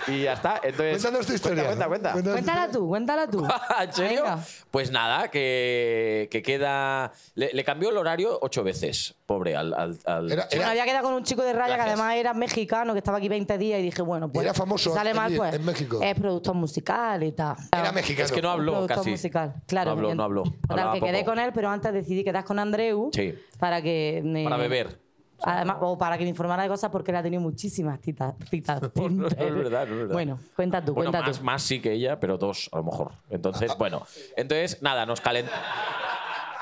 [SPEAKER 12] y ya está. Entonces,
[SPEAKER 2] Cuéntanos tu historia.
[SPEAKER 12] Cuenta,
[SPEAKER 2] ¿no?
[SPEAKER 12] cuenta, cuenta.
[SPEAKER 7] Cuéntala tú, cuéntala tú.
[SPEAKER 12] [laughs] ¿En serio?
[SPEAKER 7] Venga.
[SPEAKER 12] Pues nada, que, que queda. Le, le cambió el horario ocho veces, pobre, al. al, al-
[SPEAKER 7] Bueno, había quedado con un chico de raya que
[SPEAKER 12] Gracias.
[SPEAKER 7] además era mexicano, que estaba aquí 20 días y dije, bueno, pues
[SPEAKER 2] Era famoso
[SPEAKER 7] sale mal,
[SPEAKER 2] allí,
[SPEAKER 7] pues
[SPEAKER 2] en México.
[SPEAKER 7] es productor musical y tal.
[SPEAKER 2] Era mexicano.
[SPEAKER 12] Es que no habló
[SPEAKER 7] productor
[SPEAKER 12] casi.
[SPEAKER 7] musical, claro.
[SPEAKER 12] No habló,
[SPEAKER 7] bien.
[SPEAKER 12] no habló.
[SPEAKER 7] Total,
[SPEAKER 12] Hablaba
[SPEAKER 7] que quedé
[SPEAKER 12] poco.
[SPEAKER 7] con él, pero antes decidí quedar con Eh, Andreu
[SPEAKER 12] Sí.
[SPEAKER 7] para que me...
[SPEAKER 12] Para beber.
[SPEAKER 7] Además, o para que me informara de cosas porque él ha tenido muchísimas citas. citas
[SPEAKER 12] [laughs] No,
[SPEAKER 7] Tinder.
[SPEAKER 12] es verdad, no es verdad.
[SPEAKER 7] Bueno, cuenta tú,
[SPEAKER 12] Bueno,
[SPEAKER 7] cuenta
[SPEAKER 12] más,
[SPEAKER 7] tú.
[SPEAKER 12] más sí que ella, pero dos a lo mejor. Entonces,
[SPEAKER 2] Ah.
[SPEAKER 12] bueno. Entonces, nada, nos calen-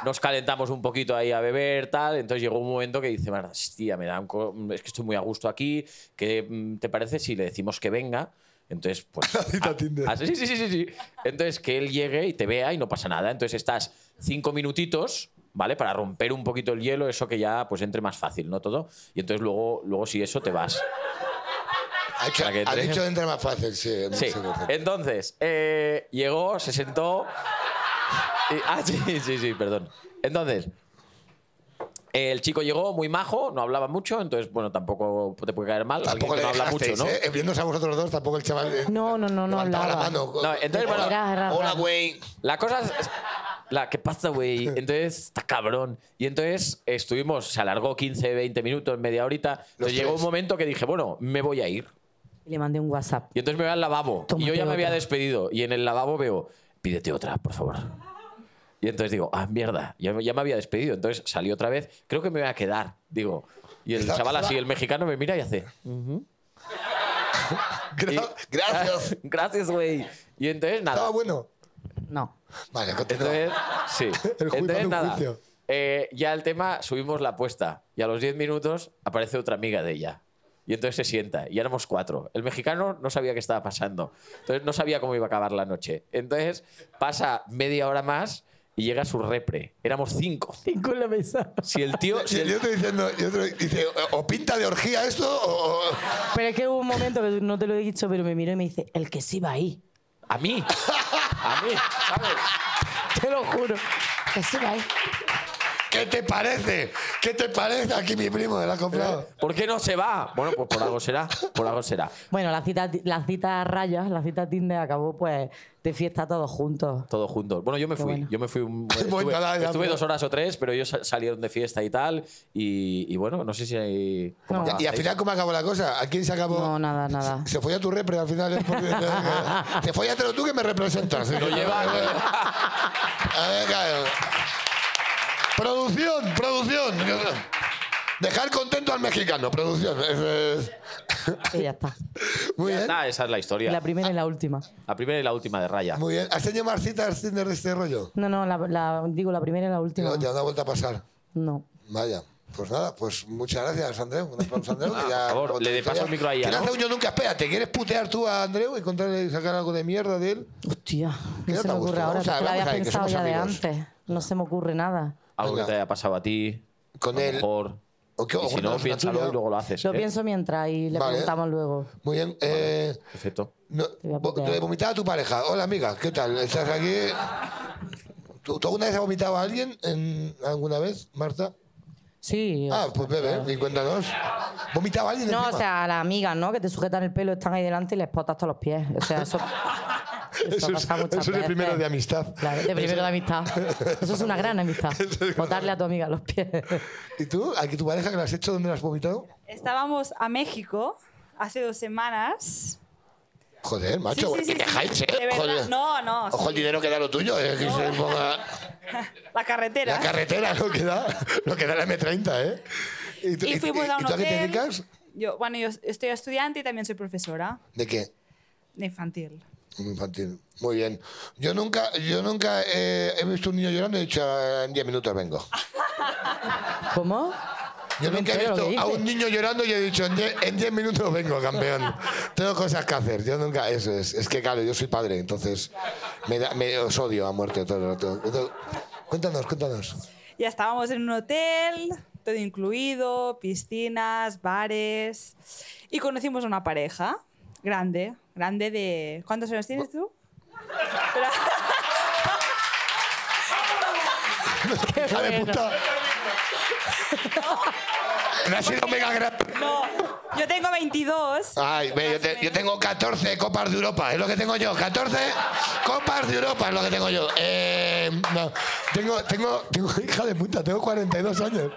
[SPEAKER 12] Nos calentamos un poquito ahí a beber, tal. Entonces llegó un momento que dice, Marta, hostia, me da un co- es que estoy muy a gusto aquí. ¿Qué mm, te parece si le decimos que venga? Entonces, pues.
[SPEAKER 2] [laughs] Cita Tinder.
[SPEAKER 12] Ah, sí, sí, sí, sí, sí. Entonces, que él llegue y te vea y no pasa nada. Entonces, estás cinco minutitos, ¿vale? Para romper un poquito el hielo, eso que ya pues entre más fácil, ¿no? Todo. Y entonces luego, luego si eso, te vas.
[SPEAKER 2] Ha dicho,
[SPEAKER 12] Para que
[SPEAKER 2] ha
[SPEAKER 12] te-
[SPEAKER 2] dicho de entrar más fácil, sí.
[SPEAKER 12] Sí. Entonces, eh, llegó, se sentó. y- ah, sí, [laughs] sí, sí, perdón. Entonces, el chico llegó muy majo, no hablaba mucho, entonces, bueno, tampoco te puede caer mal. alguien
[SPEAKER 2] Tampoco
[SPEAKER 12] que
[SPEAKER 2] le
[SPEAKER 12] no habla mucho,
[SPEAKER 2] dejasteis,
[SPEAKER 12] ¿no?
[SPEAKER 2] ¿eh? Viéndose a vosotros dos, tampoco el chaval eh,
[SPEAKER 7] No, no, no, no
[SPEAKER 2] levantaba la
[SPEAKER 7] hablaba.
[SPEAKER 2] mano.
[SPEAKER 12] No, entonces, bueno,
[SPEAKER 7] Era- era
[SPEAKER 2] Hola,
[SPEAKER 7] raro.
[SPEAKER 2] güey.
[SPEAKER 12] La cosa es. es- La que pasa, güey. Entonces, está cabrón. Y entonces estuvimos, se alargó 15, 20 minutos, media horita.
[SPEAKER 2] Los
[SPEAKER 12] Entonces llegó
[SPEAKER 2] tres.
[SPEAKER 12] un momento que dije, bueno, me voy a ir.
[SPEAKER 7] Y le mandé un WhatsApp.
[SPEAKER 12] Y entonces me voy al lavabo.
[SPEAKER 7] Tómate
[SPEAKER 12] y yo ya me había
[SPEAKER 7] otra.
[SPEAKER 12] despedido. Y en el lavabo veo, pídete otra, por favor. Y entonces digo, ah, mierda, ya, ya me había despedido. Entonces salí otra vez, creo que me voy a quedar, digo. Y el
[SPEAKER 2] Está-
[SPEAKER 12] chaval
[SPEAKER 2] está-
[SPEAKER 12] así, el mexicano, me mira y hace,
[SPEAKER 2] Gra- Gracias.
[SPEAKER 12] [laughs] gracias, güey. Y entonces
[SPEAKER 2] Estaba
[SPEAKER 12] nada.
[SPEAKER 2] bueno.
[SPEAKER 7] No.
[SPEAKER 2] Vale, continúa.
[SPEAKER 12] Entonces, sí.
[SPEAKER 2] [laughs] El juicio de
[SPEAKER 12] Entonces
[SPEAKER 2] un
[SPEAKER 12] nada.
[SPEAKER 2] juicio.
[SPEAKER 12] eh, ya el tema, subimos la apuesta. Y a los 10 minutos aparece otra amiga de ella. Y entonces se sienta. Y éramos cuatro. El mexicano no sabía qué estaba pasando. Entonces no sabía cómo iba a acabar la noche. Entonces pasa media hora más y llega su repre. Éramos cinco.
[SPEAKER 7] Cinco en la mesa.
[SPEAKER 12] Si el tío.
[SPEAKER 2] Y
[SPEAKER 12] si el-
[SPEAKER 2] el otro diciendo, y otro dice, o o pinta de orgía esto, o. o-
[SPEAKER 7] Pero es que hubo un momento que no te lo he dicho, pero me miró y me dice, el que sí va ahí.
[SPEAKER 12] a mí. A mí. ¿sabes?
[SPEAKER 7] Te lo juro. Que sí va ahí.
[SPEAKER 2] ¿Qué te parece? ¿Qué te parece? Aquí mi primo me la ha comprado.
[SPEAKER 12] ¿Por qué no se va? Bueno, pues por algo será. Por algo será.
[SPEAKER 7] Bueno, la cita, la cita rayas, la cita Tinder acabó pues de fiesta todos juntos.
[SPEAKER 12] Todos juntos. Bueno, yo me
[SPEAKER 7] Qué
[SPEAKER 12] fui.
[SPEAKER 7] bueno.
[SPEAKER 12] Yo me fui.
[SPEAKER 2] [laughs]
[SPEAKER 12] un- estuve,
[SPEAKER 2] nada, ya,
[SPEAKER 12] estuve
[SPEAKER 2] pero-
[SPEAKER 12] dos horas o tres, pero ellos sa- salieron de fiesta y tal. Y, y bueno, no sé si hay. ¿cómo
[SPEAKER 7] No.
[SPEAKER 12] acabasteis?
[SPEAKER 2] Y al final, ¿cómo acabó la cosa? ¿A quién se acabó?
[SPEAKER 7] No, nada, nada.
[SPEAKER 2] Se fue a tu repre al final.
[SPEAKER 7] [laughs]
[SPEAKER 2] es porque- eh, Te follatelo tú que me representas. ¿eh?
[SPEAKER 12] Lo lleva-
[SPEAKER 13] [laughs]
[SPEAKER 2] A ver, claro. Producción, producción. Dejar contento al
[SPEAKER 7] [laughs]
[SPEAKER 2] mexicano, producción. Eso pues, es-
[SPEAKER 7] Y ya está.
[SPEAKER 2] Muy bien.
[SPEAKER 12] Nah, esa es la historia.
[SPEAKER 7] La
[SPEAKER 12] La,
[SPEAKER 7] primera y la última.
[SPEAKER 12] primera y la última de Raya.
[SPEAKER 2] Muy bien. ¿Has tenido más citas Tinder de este rollo?
[SPEAKER 7] No, no, la, la- digo la primera y la
[SPEAKER 2] Te
[SPEAKER 7] última.
[SPEAKER 2] da una vuelta a pasar.
[SPEAKER 7] No.
[SPEAKER 2] Vaya. Pues nada, pues muchas gracias, Andreu. Un aplauso, Andreu. que ya-
[SPEAKER 12] por favor, le paso el micro a ella,
[SPEAKER 2] ¿Quién
[SPEAKER 12] ¿no?
[SPEAKER 2] hace un yo nunca? Espérate, ¿quieres putear tú a Andreu y contarle sacar algo de mierda de él?
[SPEAKER 7] Hostia,
[SPEAKER 2] Quédate
[SPEAKER 7] no se
[SPEAKER 2] a
[SPEAKER 7] me
[SPEAKER 2] gusto,
[SPEAKER 7] ocurre ahora.
[SPEAKER 2] vamos a-
[SPEAKER 7] porque la había
[SPEAKER 2] vamos a ver, que
[SPEAKER 7] pensado
[SPEAKER 2] somos
[SPEAKER 7] ya de
[SPEAKER 2] amigos.
[SPEAKER 7] antes. No se me ocurre nada.
[SPEAKER 12] Algo que
[SPEAKER 2] Venga.
[SPEAKER 12] te haya pasado a ti.
[SPEAKER 2] Con
[SPEAKER 12] a lo
[SPEAKER 2] él.
[SPEAKER 12] Mejor.
[SPEAKER 2] ¿O qué?
[SPEAKER 12] Y
[SPEAKER 2] O
[SPEAKER 12] si no,
[SPEAKER 2] cuéntanos una
[SPEAKER 12] piénsalo
[SPEAKER 2] tuya.
[SPEAKER 12] y luego lo haces.
[SPEAKER 7] Lo
[SPEAKER 12] ¿eh?
[SPEAKER 7] pienso [laughs] mientras y le
[SPEAKER 2] Vale.
[SPEAKER 7] preguntamos luego.
[SPEAKER 2] Muy bien. Eh,
[SPEAKER 12] Perfecto.
[SPEAKER 2] no,
[SPEAKER 7] voy a
[SPEAKER 2] vo-
[SPEAKER 7] putear.
[SPEAKER 2] de vomitar a tu pareja. Hola, amiga, ¿qué tal? ¿Estás aquí? ¿Tú, tú alguna vez has vomitado a alguien? en- ¿Alguna vez, Marta?
[SPEAKER 7] Sí.
[SPEAKER 2] Ah, pues bebe, y cuéntanos. ¿Vomitaba alguien
[SPEAKER 7] No, o
[SPEAKER 2] encima?
[SPEAKER 7] sea, las amigas, ¿no? Que te sujetan el pelo, están ahí delante y les potas hasta los pies. O sea, eso.
[SPEAKER 2] Eso
[SPEAKER 7] eso
[SPEAKER 2] es-
[SPEAKER 7] pasa muchas
[SPEAKER 2] eso es de
[SPEAKER 7] veces.
[SPEAKER 2] primero de amistad.
[SPEAKER 7] Claro, de primero de amistad. Eso es una gran
[SPEAKER 2] [laughs]
[SPEAKER 7] amistad.
[SPEAKER 2] es
[SPEAKER 7] Botarle a tu amiga los pies.
[SPEAKER 2] ¿Y tú? ¿A que tu pareja que la has hecho donde la has vomitado?
[SPEAKER 14] Estábamos a México hace dos semanas.
[SPEAKER 2] Joder,
[SPEAKER 14] Sí,
[SPEAKER 2] macho,
[SPEAKER 14] sí,
[SPEAKER 2] güey,
[SPEAKER 14] sí,
[SPEAKER 2] Ah, te
[SPEAKER 14] sí.
[SPEAKER 2] dejáis, ¿eh?
[SPEAKER 14] De verdad,
[SPEAKER 2] Joder.
[SPEAKER 14] no, no,
[SPEAKER 2] Ojo
[SPEAKER 14] sí.
[SPEAKER 2] el dinero que da lo tuyo, eh, que
[SPEAKER 7] [laughs]
[SPEAKER 2] se ponga
[SPEAKER 14] La carretera.
[SPEAKER 2] la carretera, lo que da, lo que da la M30, ¿eh? ¿Y tú,
[SPEAKER 14] Y fuimos a un
[SPEAKER 2] ¿y tú a qué te
[SPEAKER 14] hotel.
[SPEAKER 2] dedicas?
[SPEAKER 14] Yo, bueno, yo estoy estudiante y también soy profesora
[SPEAKER 2] ¿De qué?
[SPEAKER 14] de infantil.
[SPEAKER 2] Muy infantil. Muy bien. Yo nunca, yo nunca eh, he visto un niño llorando y he dicho, "Ah, en 10 minutos vengo.
[SPEAKER 7] [laughs] ¿Cómo? No
[SPEAKER 2] Yo
[SPEAKER 7] me
[SPEAKER 2] nunca he
[SPEAKER 7] entero lo que
[SPEAKER 2] visto a
[SPEAKER 7] dice.
[SPEAKER 2] un niño llorando y he dicho, en 10 en 10 minutos vengo,
[SPEAKER 7] [laughs]
[SPEAKER 2] campeón. Tengo cosas que hacer. Yo nunca, eso es. Es que, claro, yo soy padre, entonces me, da- me- os odio a muerte todo el rato. Entonces, Cuéntanos, cuéntanos.
[SPEAKER 14] Ya estábamos en un hotel, todo incluido, piscinas, bares. Y conocimos a una pareja grande, grande de... ¿Cuántos años tienes tú?
[SPEAKER 2] Hija de puta. No ha sido mega grande.
[SPEAKER 14] Yo tengo 22.
[SPEAKER 2] Ay, ve, yo, te- yo tengo 14 copas de Europa, es lo que tengo yo. 14 copas de Europa es lo que tengo yo. Eh, no, tengo, tengo, tengo, [laughs] hija de puta, tengo 42 años.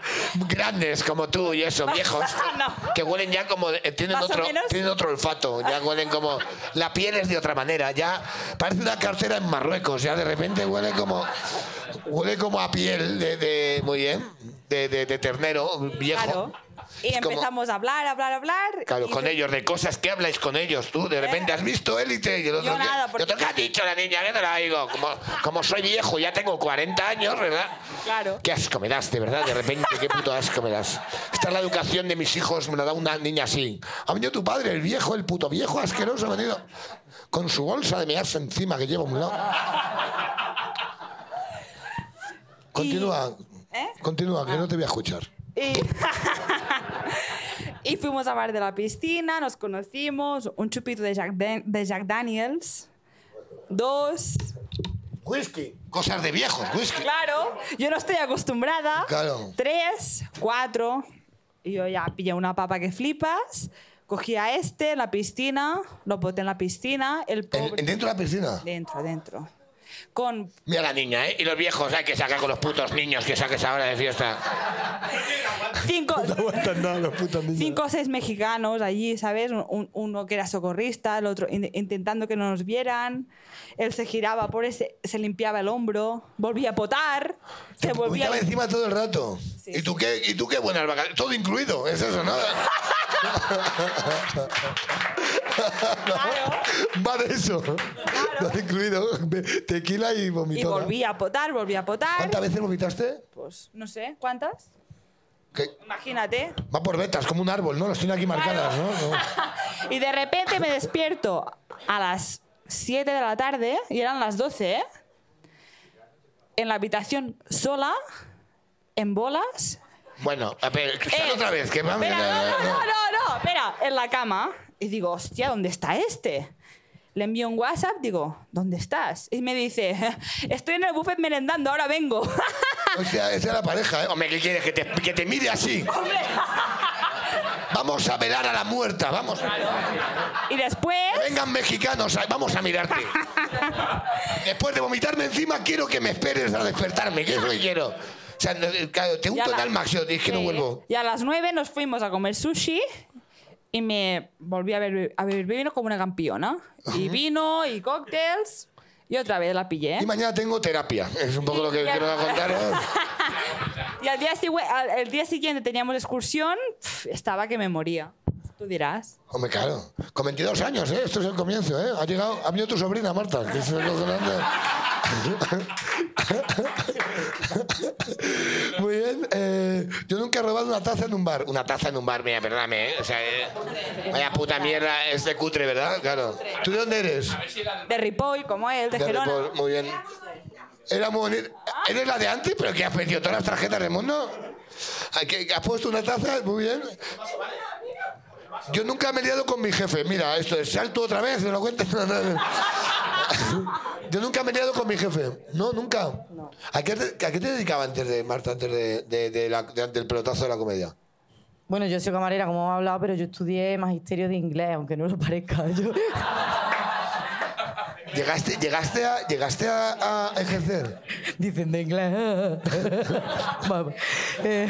[SPEAKER 2] Grandes como tú y eso,
[SPEAKER 13] [laughs]
[SPEAKER 2] viejos. Que huelen ya como. eh, tienen,
[SPEAKER 10] Más o
[SPEAKER 2] otro,
[SPEAKER 10] menos.
[SPEAKER 2] tienen otro olfato, ya huelen como. La piel es de otra manera, ya parece una cartera en Marruecos, ya de repente huele como. Huele como a piel de. de- muy bien, de, de- de ternero, viejo.
[SPEAKER 14] Claro. Y
[SPEAKER 2] Es como-
[SPEAKER 14] empezamos a hablar, hablar, hablar.
[SPEAKER 2] Claro,
[SPEAKER 14] y
[SPEAKER 2] con
[SPEAKER 14] yo-
[SPEAKER 2] ellos, de cosas que habláis con ellos, tú. De repente has visto élite y el otro.
[SPEAKER 14] Yo
[SPEAKER 2] ¿qué?
[SPEAKER 14] nada, porque-
[SPEAKER 2] ¿Yo te- qué has dicho la niña? ¿Qué te la digo? Como, como soy viejo, ya tengo 40 años, ¿verdad?
[SPEAKER 14] Claro.
[SPEAKER 2] Qué asco me das, de verdad, de repente, qué puto asco me das. Esta es la educación de mis hijos, me la da una niña así. Ha venido tu padre, el viejo, el puto viejo asqueroso, ha venido con su bolsa de mearse encima que lleva a un lado. Continúa,
[SPEAKER 14] ¿Eh?
[SPEAKER 2] continúa, que no te voy a escuchar.
[SPEAKER 14] [laughs] Y, y fuimos a bar de la piscina, nos conocimos, un chupito de Jack, Dan- de Jack Daniels, dos.
[SPEAKER 2] Whisky, cosas de viejos, whisky.
[SPEAKER 14] Claro, yo no estoy acostumbrada.
[SPEAKER 2] Claro.
[SPEAKER 14] Tres, cuatro. Y yo ya pillé una papa que flipas. Cogí a este en la piscina, lo boté en la piscina. El pobre-
[SPEAKER 2] ¿Dentro de la piscina?
[SPEAKER 14] Dentro, dentro. Con
[SPEAKER 10] Mira la niña, ¿eh? Y los viejos, hay que sacar con los putos niños que saques ahora de fiesta.
[SPEAKER 14] cinco,
[SPEAKER 2] nada, los putos niños.
[SPEAKER 14] cinco o seis mexicanos allí, ¿sabes? Un- un- uno que era socorrista, el otro in- intentando que no nos vieran. Él se giraba por ese, se limpiaba el hombro, volvía a potar, se volvía
[SPEAKER 2] Vomitaba encima todo el rato. ¿Y, tú qué, ¿Y tú qué buenas vacaciones? Todo incluido, es eso, ¿no? Va de eso. Todo incluido. Ve- Tequila y
[SPEAKER 14] y
[SPEAKER 2] vomitona.
[SPEAKER 14] volvía a potar, volvía a potar.
[SPEAKER 2] ¿Cuántas veces vomitaste?
[SPEAKER 14] Pues no sé, ¿cuántas?
[SPEAKER 2] ¿Qué?
[SPEAKER 14] Imagínate.
[SPEAKER 2] Va por vetas, como un árbol, ¿no? Las tiene aquí marcadas, ¿no? No.
[SPEAKER 14] Y de repente me despierto a las 7 de la tarde, y eran las 12, ¿eh? En la habitación sola, en bolas.
[SPEAKER 10] Bueno, a ver,
[SPEAKER 14] Eh,
[SPEAKER 10] sal otra vez, que mami.
[SPEAKER 14] espera,
[SPEAKER 10] no,
[SPEAKER 2] eh,
[SPEAKER 10] no,
[SPEAKER 14] [laughs] no,
[SPEAKER 10] no.
[SPEAKER 14] no, no, no, espera, en la cama. Y digo, hostia, ¿dónde está este? Le envío un WhatsApp, digo, ¿dónde estás? Y me dice, [laughs] estoy en el buffet merendando, ahora vengo. [laughs]
[SPEAKER 2] O sea, esa es la pareja, ¿eh? Hombre, ¿qué quieres? Que te, que te mire así. Vamos a velar a la muerta, vamos.
[SPEAKER 14] Y después...
[SPEAKER 2] Vengan mexicanos, vamos a
[SPEAKER 14] [laughs]
[SPEAKER 2] mirarte. Después de vomitarme encima, quiero que me esperes a despertarme, que es lo que quiero. O sea, no, eh, claro, te
[SPEAKER 14] Ya
[SPEAKER 2] unto en
[SPEAKER 14] la-
[SPEAKER 2] el máximo, dije que no
[SPEAKER 14] Sí.
[SPEAKER 2] vuelvo.
[SPEAKER 14] Y a las 9 nos fuimos a comer sushi y me volví a beber, a beber vino como una campeona. Y vino y cócteles y otra vez la pillé.
[SPEAKER 2] Y mañana tengo terapia, es un poco lo que
[SPEAKER 14] ¿Eh? Ya.
[SPEAKER 2] quiero ¿eh? contaros.
[SPEAKER 14] Y al día, sigüe- al- el día siguiente teníamos excursión, pf, estaba que me moría. Tú dirás.
[SPEAKER 2] Hombre, claro. Con 22 años, ¿eh? Esto es el comienzo, ¿eh? Ha llegado, ha venido tu sobrina, Marta, que es lo grande. [laughs] Muy bien. eh, yo nunca he robado una taza en un bar.
[SPEAKER 10] Una taza en un bar, mira, perdóname, ¿eh? O sea, eh, vaya puta mierda, es de cutre, ¿verdad? Claro.
[SPEAKER 2] ¿Tú de dónde eres?
[SPEAKER 14] De Ripoll, como él, de,
[SPEAKER 2] De
[SPEAKER 14] Gerona.
[SPEAKER 2] Ripoll, muy bien. Era muy bonito. ¿Eres la de antes? ¿Pero que has vendido todas las tarjetas del mundo? ¿A que- ¿Has puesto una taza? Muy bien. [laughs] Yo nunca me he liado con mi jefe. Mira, esto es salto otra vez, ¿me lo cuentas? No, no, no. Yo nunca me he quedado con mi jefe. No, nunca. ¿A, qué te, a qué te dedicaba antes de Marta, antes de, de- de la- de- del pelotazo de la comedia?
[SPEAKER 7] Bueno, yo soy camarera, como hemos hablado, pero yo estudié magisterio de inglés, aunque no lo parezca. [laughs] Yo...
[SPEAKER 2] ¿Llegaste, llegaste, a, llegaste a, [laughs] a ejercer?
[SPEAKER 7] Dicen de
[SPEAKER 2] [laughs]
[SPEAKER 7] inglés. Vamos. Eh,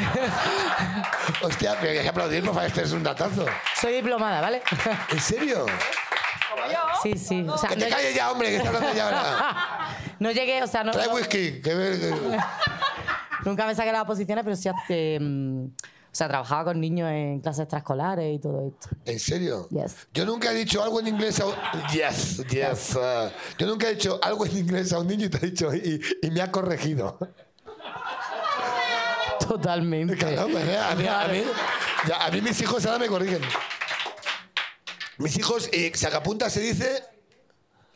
[SPEAKER 2] Hostia, pero hay que aplaudirlo para este es un datazo.
[SPEAKER 7] soy diplomada, ¿vale?
[SPEAKER 2] ¿En serio?
[SPEAKER 7] Sí, sí. O sea,
[SPEAKER 2] que te
[SPEAKER 7] no-
[SPEAKER 2] calles ya, hombre, que está hablando ya ahora.
[SPEAKER 7] [laughs] No llegué, o sea, no.
[SPEAKER 2] Trae
[SPEAKER 7] no-
[SPEAKER 2] whisky. Que ver, que-
[SPEAKER 7] Nunca me saqué las posiciones, pero sí. eh, mm, o sea, trabajaba con niños en clases extraescolares y todo esto.
[SPEAKER 2] ¿En serio?
[SPEAKER 7] Yes.
[SPEAKER 2] Yo nunca he dicho algo en inglés a un... Yes, yes. uh, yo nunca he dicho algo en inglés a un niño y te ha dicho... Y, y me ha corregido.
[SPEAKER 7] Totalmente.
[SPEAKER 2] Claro, pues, eh, a, mí, a, mí, ya, a mí mis hijos ahora me corrigen. Mis hijos... eh, sacapunta se dice...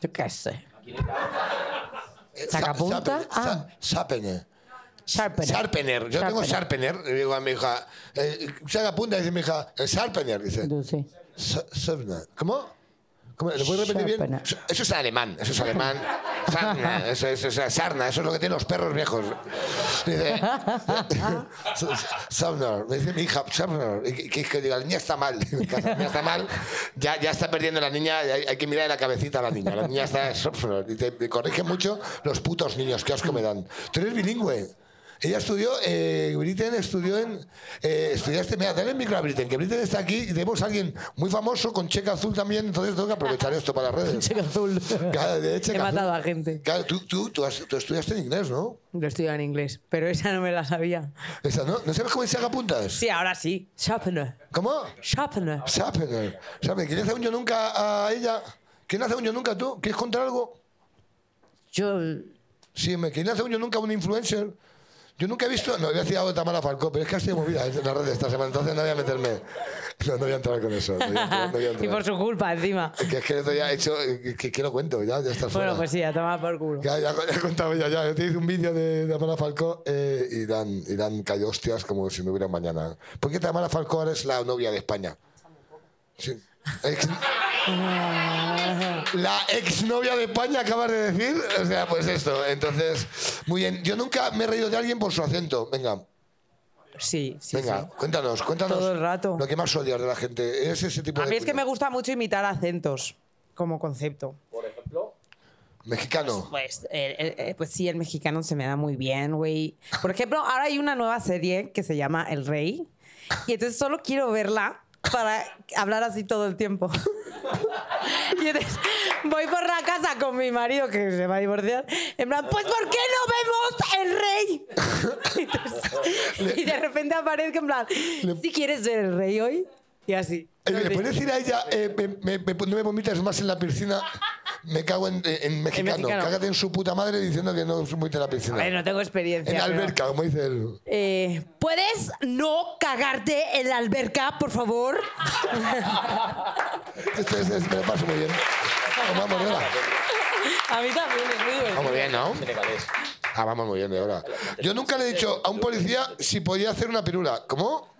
[SPEAKER 7] Yo qué sé.
[SPEAKER 2] eh, sa-
[SPEAKER 7] ¿Sacapunta?
[SPEAKER 2] sape-
[SPEAKER 7] Ah,
[SPEAKER 2] sa- Sapene.
[SPEAKER 7] Sharpener.
[SPEAKER 2] Sharpener. Yo tengo Sharpener. Le digo a mi hija... Eh, sacapunta, dice mi hija. eh, Sharpener, dice.
[SPEAKER 7] Sí.
[SPEAKER 2] ¿Cómo? ¿Cómo? ¿Lo puedes repetir bien?
[SPEAKER 7] Sharpener.
[SPEAKER 2] Eso eso es alemán, eso es alemán. Sarna, eso es, eso es sarna, eso es lo que tienen los perros viejos. Dice, [laughs] Sarna, me dice mi hija, Sarna. Y que- que- que digo, la niña está mal, [laughs] la niña está mal, ya, ya está perdiendo la niña, hay, hay que mirar la cabecita a la niña, la niña está [laughs] Sarna. Y te, te corrigen mucho los putos niños, qué asco me dan. Tú eres bilingüe. Ella estudió, eh, Britten estudió en. eh, estudiaste, mira, dale el micro a Britten, que Britten está aquí y tenemos a alguien muy famoso con checa azul también, entonces tengo que aprovechar esto para las redes.
[SPEAKER 7] Checa azul.
[SPEAKER 2] Claro, Ah, de checa
[SPEAKER 15] He
[SPEAKER 2] azul.
[SPEAKER 15] matado a gente.
[SPEAKER 2] Claro, tú, tú, tú, has- tú estudiaste en inglés, ¿no?
[SPEAKER 15] Lo estudiaba en inglés, pero esa no me la sabía.
[SPEAKER 2] Esa, ¿no? ¿No sabes cómo se haga puntas?
[SPEAKER 15] Sí, ahora sí. Sharpener.
[SPEAKER 2] ¿Cómo?
[SPEAKER 15] Sharpener.
[SPEAKER 2] Sharpener. ¿Sabes? ¿Quién le hace un yo nunca a ella? ¿Quién le hace un yo nunca tú? ¿Quieres contar algo?
[SPEAKER 15] Yo.
[SPEAKER 2] Sí, me ¿quién le hace un yo nunca a un influencer? Yo nunca he visto. No, había sido algo de Tamara Falcó, pero es que ha sido movida en las redes esta semana, entonces no voy a meterme. No, no voy a entrar con eso.
[SPEAKER 15] [laughs]
[SPEAKER 2] No voy a entrar, no voy
[SPEAKER 15] y
[SPEAKER 2] a entrar.
[SPEAKER 15] por su culpa, encima.
[SPEAKER 2] Que es que esto ya he hecho, que, que- que lo cuento, ya, ya está fuera.
[SPEAKER 15] Bueno, pues sí, a tomar por culo.
[SPEAKER 2] Ya, ya, ya he contado ya, ya. Yo te hice un vídeo de, de Amara Falcó eh, y dan, y dan callo hostias como si no hubiera mañana. ¿Por qué Tamara Falcó ahora es la novia de España? Sí.
[SPEAKER 15] [laughs]
[SPEAKER 2] Ex- la exnovia de España acabas de decir. O sea, pues esto. Entonces, muy bien. Yo nunca me he reído de alguien por su acento. Venga.
[SPEAKER 15] Sí, sí.
[SPEAKER 2] Venga,
[SPEAKER 15] sí.
[SPEAKER 2] cuéntanos, cuéntanos.
[SPEAKER 15] Todo el rato.
[SPEAKER 2] Lo que más odias de la gente. Es ese tipo
[SPEAKER 15] A
[SPEAKER 2] de
[SPEAKER 15] mí es que me gusta mucho imitar acentos como concepto.
[SPEAKER 2] Mexicano.
[SPEAKER 15] Pues, eh, eh, eh, pues sí, el mexicano se me da muy bien, güey. Por ejemplo, ahora hay una nueva serie que se llama El Rey. Y entonces solo quiero verla para hablar así todo el tiempo. [laughs] Y entonces voy por la casa con mi marido que se va a divorciar. En plan, pues ¿por qué no vemos El Rey? [laughs] Entonces, y de repente aparezco en plan, si quieres ver El Rey hoy. Y así.
[SPEAKER 2] Eh, ¿Le puedes decir a ella, eh, me- me- me- no me vomitas más en la piscina? Me cago en, eh, en mexicano.
[SPEAKER 15] mexicano.
[SPEAKER 2] Cágate en su puta madre diciendo que no vomites en la piscina.
[SPEAKER 15] A ver, no tengo experiencia.
[SPEAKER 2] en la
[SPEAKER 15] pero-
[SPEAKER 2] alberca, como dice él.
[SPEAKER 15] Eh, ¿Puedes no cagarte en la alberca, por
[SPEAKER 7] [laughs]
[SPEAKER 15] favor?
[SPEAKER 2] Este, este, este, me lo paso muy bien. Nos vamos de hora.
[SPEAKER 15] A mí también es muy bueno.
[SPEAKER 2] Vamos bien, ¿no? Ah, vamos muy bien de hora. Yo nunca le he dicho a un policía si podía hacer una pirula. ¿Cómo?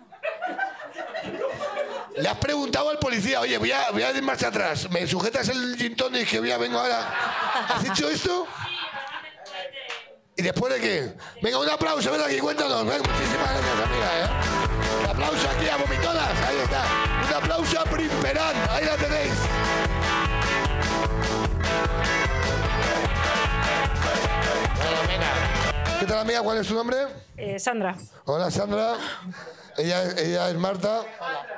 [SPEAKER 2] Le has preguntado al policía, oye, voy a, voy a ir marcha atrás. ¿Me sujetas el gin tonic que voy a vengo ahora? ¿Has hecho esto? ¿Y después de qué? Venga, un aplauso, ven aquí, cuéntanos. Venga, muchísimas gracias, amiga. ¿eh? Un aplauso aquí a Vomitonas, ahí está. Un aplauso a Primperán, ahí la tenéis. ¿Qué tal, amiga? ¿Cuál es tu nombre?
[SPEAKER 16] Eh, Sandra.
[SPEAKER 2] Hola, Sandra. Ella, ella es Marta.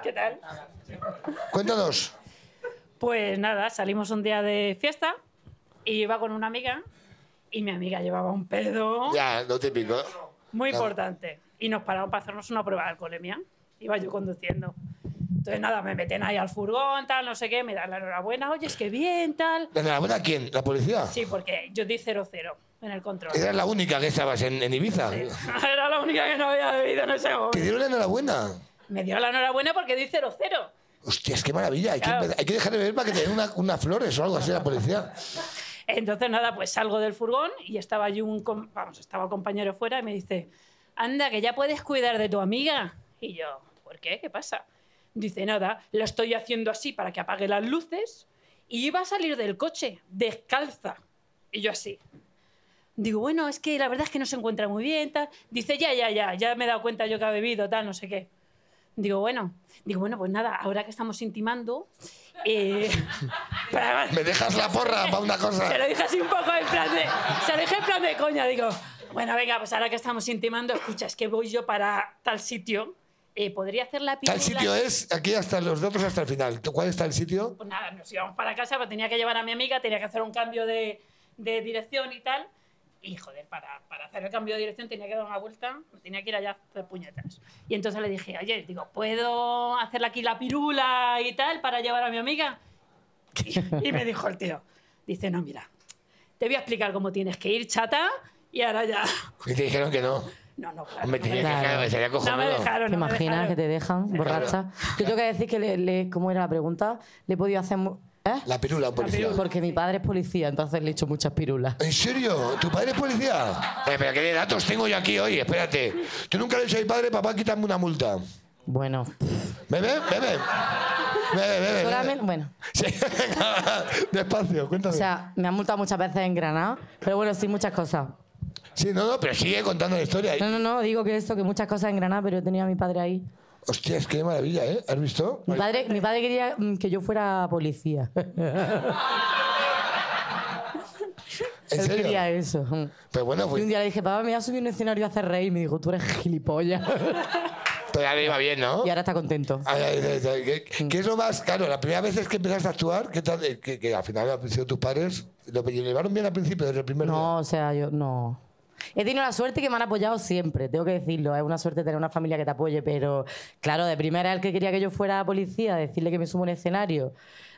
[SPEAKER 16] ¿Qué tal?
[SPEAKER 2] Cuéntanos.
[SPEAKER 16] Pues nada, salimos un día de fiesta y iba con una amiga y mi amiga llevaba un pedo
[SPEAKER 2] Ya, lo típico.
[SPEAKER 16] muy
[SPEAKER 2] Claro.
[SPEAKER 16] importante y nos pararon para hacernos una prueba de alcoholemia. Iba yo conduciendo. Entonces nada, me meten ahí al furgón, tal, no sé qué, me dan la enhorabuena, oye, es que bien, tal.
[SPEAKER 2] ¿La enhorabuena a quién? ¿La policía?
[SPEAKER 16] Sí, porque yo di 0-0 en el control.
[SPEAKER 2] Era la única que estabas en, en Ibiza.
[SPEAKER 16] [laughs] Era la única que no había bebido en ese
[SPEAKER 2] Te
[SPEAKER 16] momento.
[SPEAKER 2] dieron la enhorabuena.
[SPEAKER 16] Me dio la enhorabuena porque di 0-0.
[SPEAKER 2] Hostias, qué maravilla. Hay que,
[SPEAKER 16] Claro.
[SPEAKER 2] empezar- hay que dejar de beber para que te den una- unas flores o algo así la policía.
[SPEAKER 16] Entonces, nada, pues salgo del furgón y estaba allí un, com- vamos, estaba un compañero fuera y me dice, anda, que ya puedes cuidar de tu amiga. Y yo, ¿por qué? ¿Qué pasa? Dice, nada, lo estoy haciendo así para que apague las luces Y yo iba a salir del coche, descalza. Y yo así. Digo, bueno, es que la verdad es que no se encuentra muy bien, tal. Dice, ya, ya, ya, ya me he dado cuenta yo que ha bebido, tal, no sé qué. Digo, bueno, digo, bueno, pues nada, ahora que estamos intimando. eh, para-
[SPEAKER 2] Me dejas la porra para una cosa.
[SPEAKER 16] [laughs] Se lo dije así un poco en plan de. Se lo dije en plan de coña, digo. Bueno, venga, pues ahora que estamos intimando, escucha, es que voy yo para tal sitio. eh, ¿Podría hacer la
[SPEAKER 2] Tal
[SPEAKER 16] pirula?
[SPEAKER 2] sitio es, aquí hasta los datos hasta el final. ¿Tú ¿Cuál está el sitio?
[SPEAKER 16] Pues nada, nos íbamos para casa, pero tenía que llevar a mi amiga, tenía que hacer un cambio de, de dirección y tal. Y joder, para, para hacer el cambio de dirección tenía que dar una vuelta, tenía que ir allá a hacer puñetas. Y entonces le dije, oye, digo, ¿puedo hacerle aquí la pirula y tal para llevar a mi amiga? Y me dijo el tío, dice, no, mira, te voy a explicar cómo tienes que ir, chata, y ahora ya.
[SPEAKER 2] Y te dijeron que no.
[SPEAKER 16] No, no,
[SPEAKER 10] Hombre,
[SPEAKER 16] claro. no me
[SPEAKER 10] tenía que
[SPEAKER 16] dejaron.
[SPEAKER 10] cagar, sería
[SPEAKER 16] No me
[SPEAKER 10] cojonudo.
[SPEAKER 16] dejaron,
[SPEAKER 7] ¿Te
[SPEAKER 16] no me
[SPEAKER 7] imaginas
[SPEAKER 16] dejaron.
[SPEAKER 7] que te dejan borracha? Yo tengo que decir que, le, le- ¿cómo era la pregunta? Le he podido hacer... mu- ¿Eh?
[SPEAKER 2] La pirula, un policía. Eh,
[SPEAKER 7] Porque mi padre es policía, entonces le he hecho muchas pirulas.
[SPEAKER 2] ¿En serio? ¿Tu padre es policía? Oye, Eh, pero qué de datos tengo yo aquí hoy, espérate. Tú nunca le has dicho a mi padre, papá, quítame una multa.
[SPEAKER 7] Bueno.
[SPEAKER 2] Bebe, bebe. Bebe, bebe. [laughs]
[SPEAKER 7] Solamente, bueno.
[SPEAKER 2] Despacio,
[SPEAKER 7] O
[SPEAKER 2] cuéntame.
[SPEAKER 7] sea, me han multado muchas veces en Granada, pero bueno, sí, muchas cosas.
[SPEAKER 2] sí, no, no, pero sigue contando la historia.
[SPEAKER 7] No, no, no, digo que esto, que muchas cosas en Granada, pero yo tenía a mi padre ahí.
[SPEAKER 2] Hostias, qué maravilla, ¿eh? ¿Has visto?
[SPEAKER 7] Mi padre, mi padre quería mm, que yo fuera policía.
[SPEAKER 2] ¿En
[SPEAKER 7] Él
[SPEAKER 2] serio?
[SPEAKER 7] quería eso. mm.
[SPEAKER 2] Pero bueno,
[SPEAKER 7] Y
[SPEAKER 2] pues,
[SPEAKER 7] un día le dije, papá, me voy a subir a un escenario a hacer reír. Y me dijo, tú eres gilipollas.
[SPEAKER 2] todavía pues le iba bien, ¿no?
[SPEAKER 7] y ahora está contento.
[SPEAKER 2] Ay, ay, ay, ay, ¿Qué, qué es lo más? Claro, la primera vez es que empezaste a actuar, ¿qué tal? Eh, Que, que al final han sido tus padres. ¿Lo llevaron bien al principio, desde el primer día?
[SPEAKER 7] No, o sea, yo no. He tenido la suerte que me han apoyado siempre, tengo que decirlo. Es una suerte tener una familia que te apoye, pero claro, de primera el que quería que yo fuera policía, decirle que me sumo a un escenario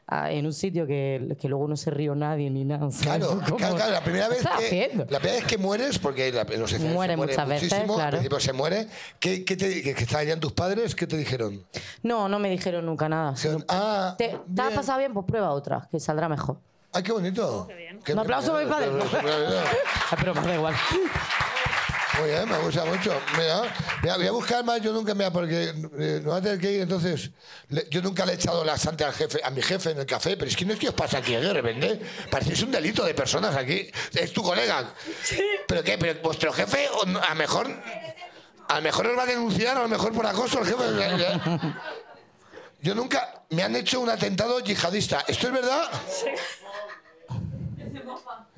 [SPEAKER 7] a- en un sitio que, que luego no se rió nadie ni nada. o sea,
[SPEAKER 2] Ah, [laughs] Claro,
[SPEAKER 7] [laughs] como-
[SPEAKER 2] claro, claro, la primera
[SPEAKER 7] ¿Qué
[SPEAKER 2] vez
[SPEAKER 7] estás
[SPEAKER 2] que,
[SPEAKER 7] haciendo?
[SPEAKER 2] la primera vez que mueres, porque la, en los escenarios
[SPEAKER 7] Muere
[SPEAKER 2] se muere
[SPEAKER 7] muchas veces,
[SPEAKER 2] muchísimo, al
[SPEAKER 7] claro.
[SPEAKER 2] principio se muere, ¿qué, qué te, que, que estaban ya tus padres? ¿Qué te dijeron?
[SPEAKER 7] No, no me dijeron nunca nada. sino-
[SPEAKER 2] ah,
[SPEAKER 7] ¿Te, te has pasado bien? Pues prueba otra, que saldrá mejor.
[SPEAKER 2] ¡Ay, qué bonito! Oh, Qué
[SPEAKER 7] Un aplauso a mi padre. [laughs] Pero me da igual.
[SPEAKER 2] Muy bien, me gusta mucho. Mira, mira, voy a buscar más yo nunca, mira, porque eh, no va a tener que ir, entonces. le- yo nunca le he echado la sante al jefe, a mi jefe en el café, pero es que no es que os pasa aquí eh, de repente. Parecéis un delito de personas aquí. Es tu colega. ¿Pero qué? ¿Pero vuestro jefe o no- a lo mejor. A lo mejor os va a denunciar, a lo mejor por acoso el jefe.
[SPEAKER 7] [laughs]
[SPEAKER 2] Ya- ya. Yo nunca. Me han hecho un atentado yihadista. ¿Esto es verdad?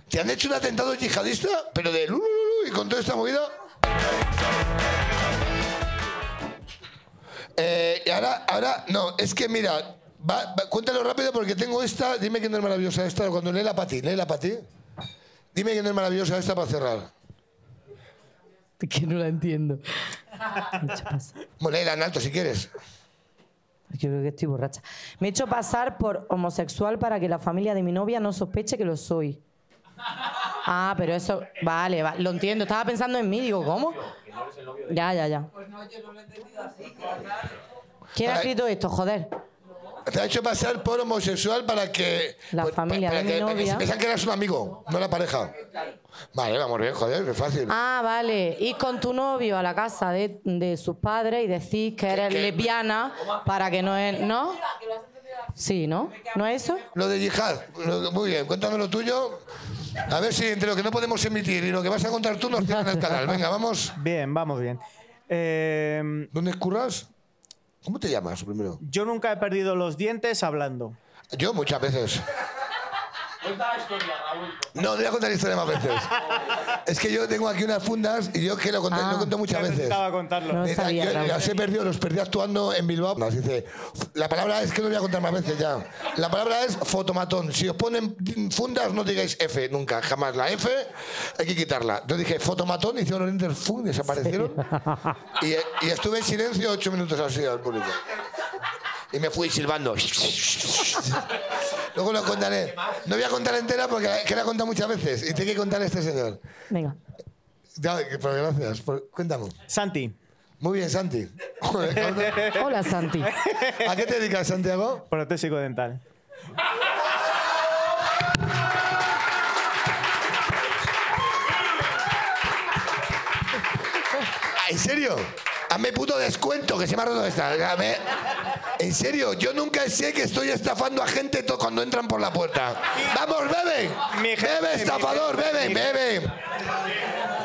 [SPEAKER 2] ¿Te han hecho un atentado yihadista? Pero de lulululu y con toda esta movida. Eh, y ahora, ahora, no, es que mira, va- va- cuéntalo rápido porque tengo esta. Dime que no es maravillosa esta. Cuando lee la pati, lee la pati. Dime que no es maravillosa esta para cerrar.
[SPEAKER 7] [laughs] Que no la entiendo.
[SPEAKER 2] Bueno, léela en alto si quieres.
[SPEAKER 7] Yo creo que estoy borracha. Me he hecho pasar por homosexual para que la familia de mi novia no sospeche que lo soy. Ah, pero eso. Vale, va- lo entiendo. Estaba pensando en mí, digo, ¿cómo? Ya, ya, ya. ¿Quién ha escrito esto? Joder.
[SPEAKER 2] Te ha hecho pasar por homosexual para que. La familia
[SPEAKER 7] de mi novia.
[SPEAKER 2] Pensan que eras un amigo, no la pareja. Vale, vamos bien, joder, qué fácil.
[SPEAKER 7] Ah, vale. Ir con tu novio a la casa de, de sus padres y decir que eres lesbiana para que no es. ¿No? Sí, ¿no? ¿No es eso?
[SPEAKER 2] Lo de Yihad, lo- muy bien, cuéntame lo tuyo. A ver si entre lo que no podemos emitir y lo que vas a contar tú nos queda en el canal. Venga, vamos.
[SPEAKER 13] Bien, vamos bien. Em,
[SPEAKER 2] ¿Dónde curras? ¿Cómo te llamas primero?
[SPEAKER 13] Yo nunca he perdido los dientes hablando.
[SPEAKER 2] Yo
[SPEAKER 13] [laughs]
[SPEAKER 2] muchas veces. No, no voy a contar la historia más veces. Es que yo tengo aquí unas fundas y yo que lo, conté- lo cuento muchas veces. Eh,
[SPEAKER 13] contarlo.
[SPEAKER 2] Mira, yo las he perdido, los perdí actuando en Bilbao. Nos dice, la palabra es que no voy a contar más veces ya. La palabra es fotomatón. Si os ponen fundas, no digáis F nunca, jamás. La F hay que quitarla. Yo dije fotomatón, hicieron enter fun, desaparecieron. Y, y estuve en silencio ocho minutos así al público. Y me fui silbando. Luego lo contaré. No voy a contar entera porque la- que la he contado muchas veces. Y tengo que contar a este señor.
[SPEAKER 7] Venga.
[SPEAKER 2] Ya, que- pero gracias. Por, cuéntame.
[SPEAKER 13] Santi.
[SPEAKER 2] Muy bien, Santi. Joder,
[SPEAKER 7] [laughs]
[SPEAKER 2] cabrón.
[SPEAKER 7] Hola,
[SPEAKER 13] [laughs]
[SPEAKER 7] Santi.
[SPEAKER 2] ¿A qué te dedicas, Santiago?
[SPEAKER 13] Protésico dental.
[SPEAKER 2] Ah, ¿En serio? Hazme puto descuento, que se me ha roto esta. Hazme- En serio, yo nunca sé que estoy estafando a gente to- cuando entran por la puerta. ¡Vamos, bebe! ¡Bebe, estafador! ¡Bebe, bebe!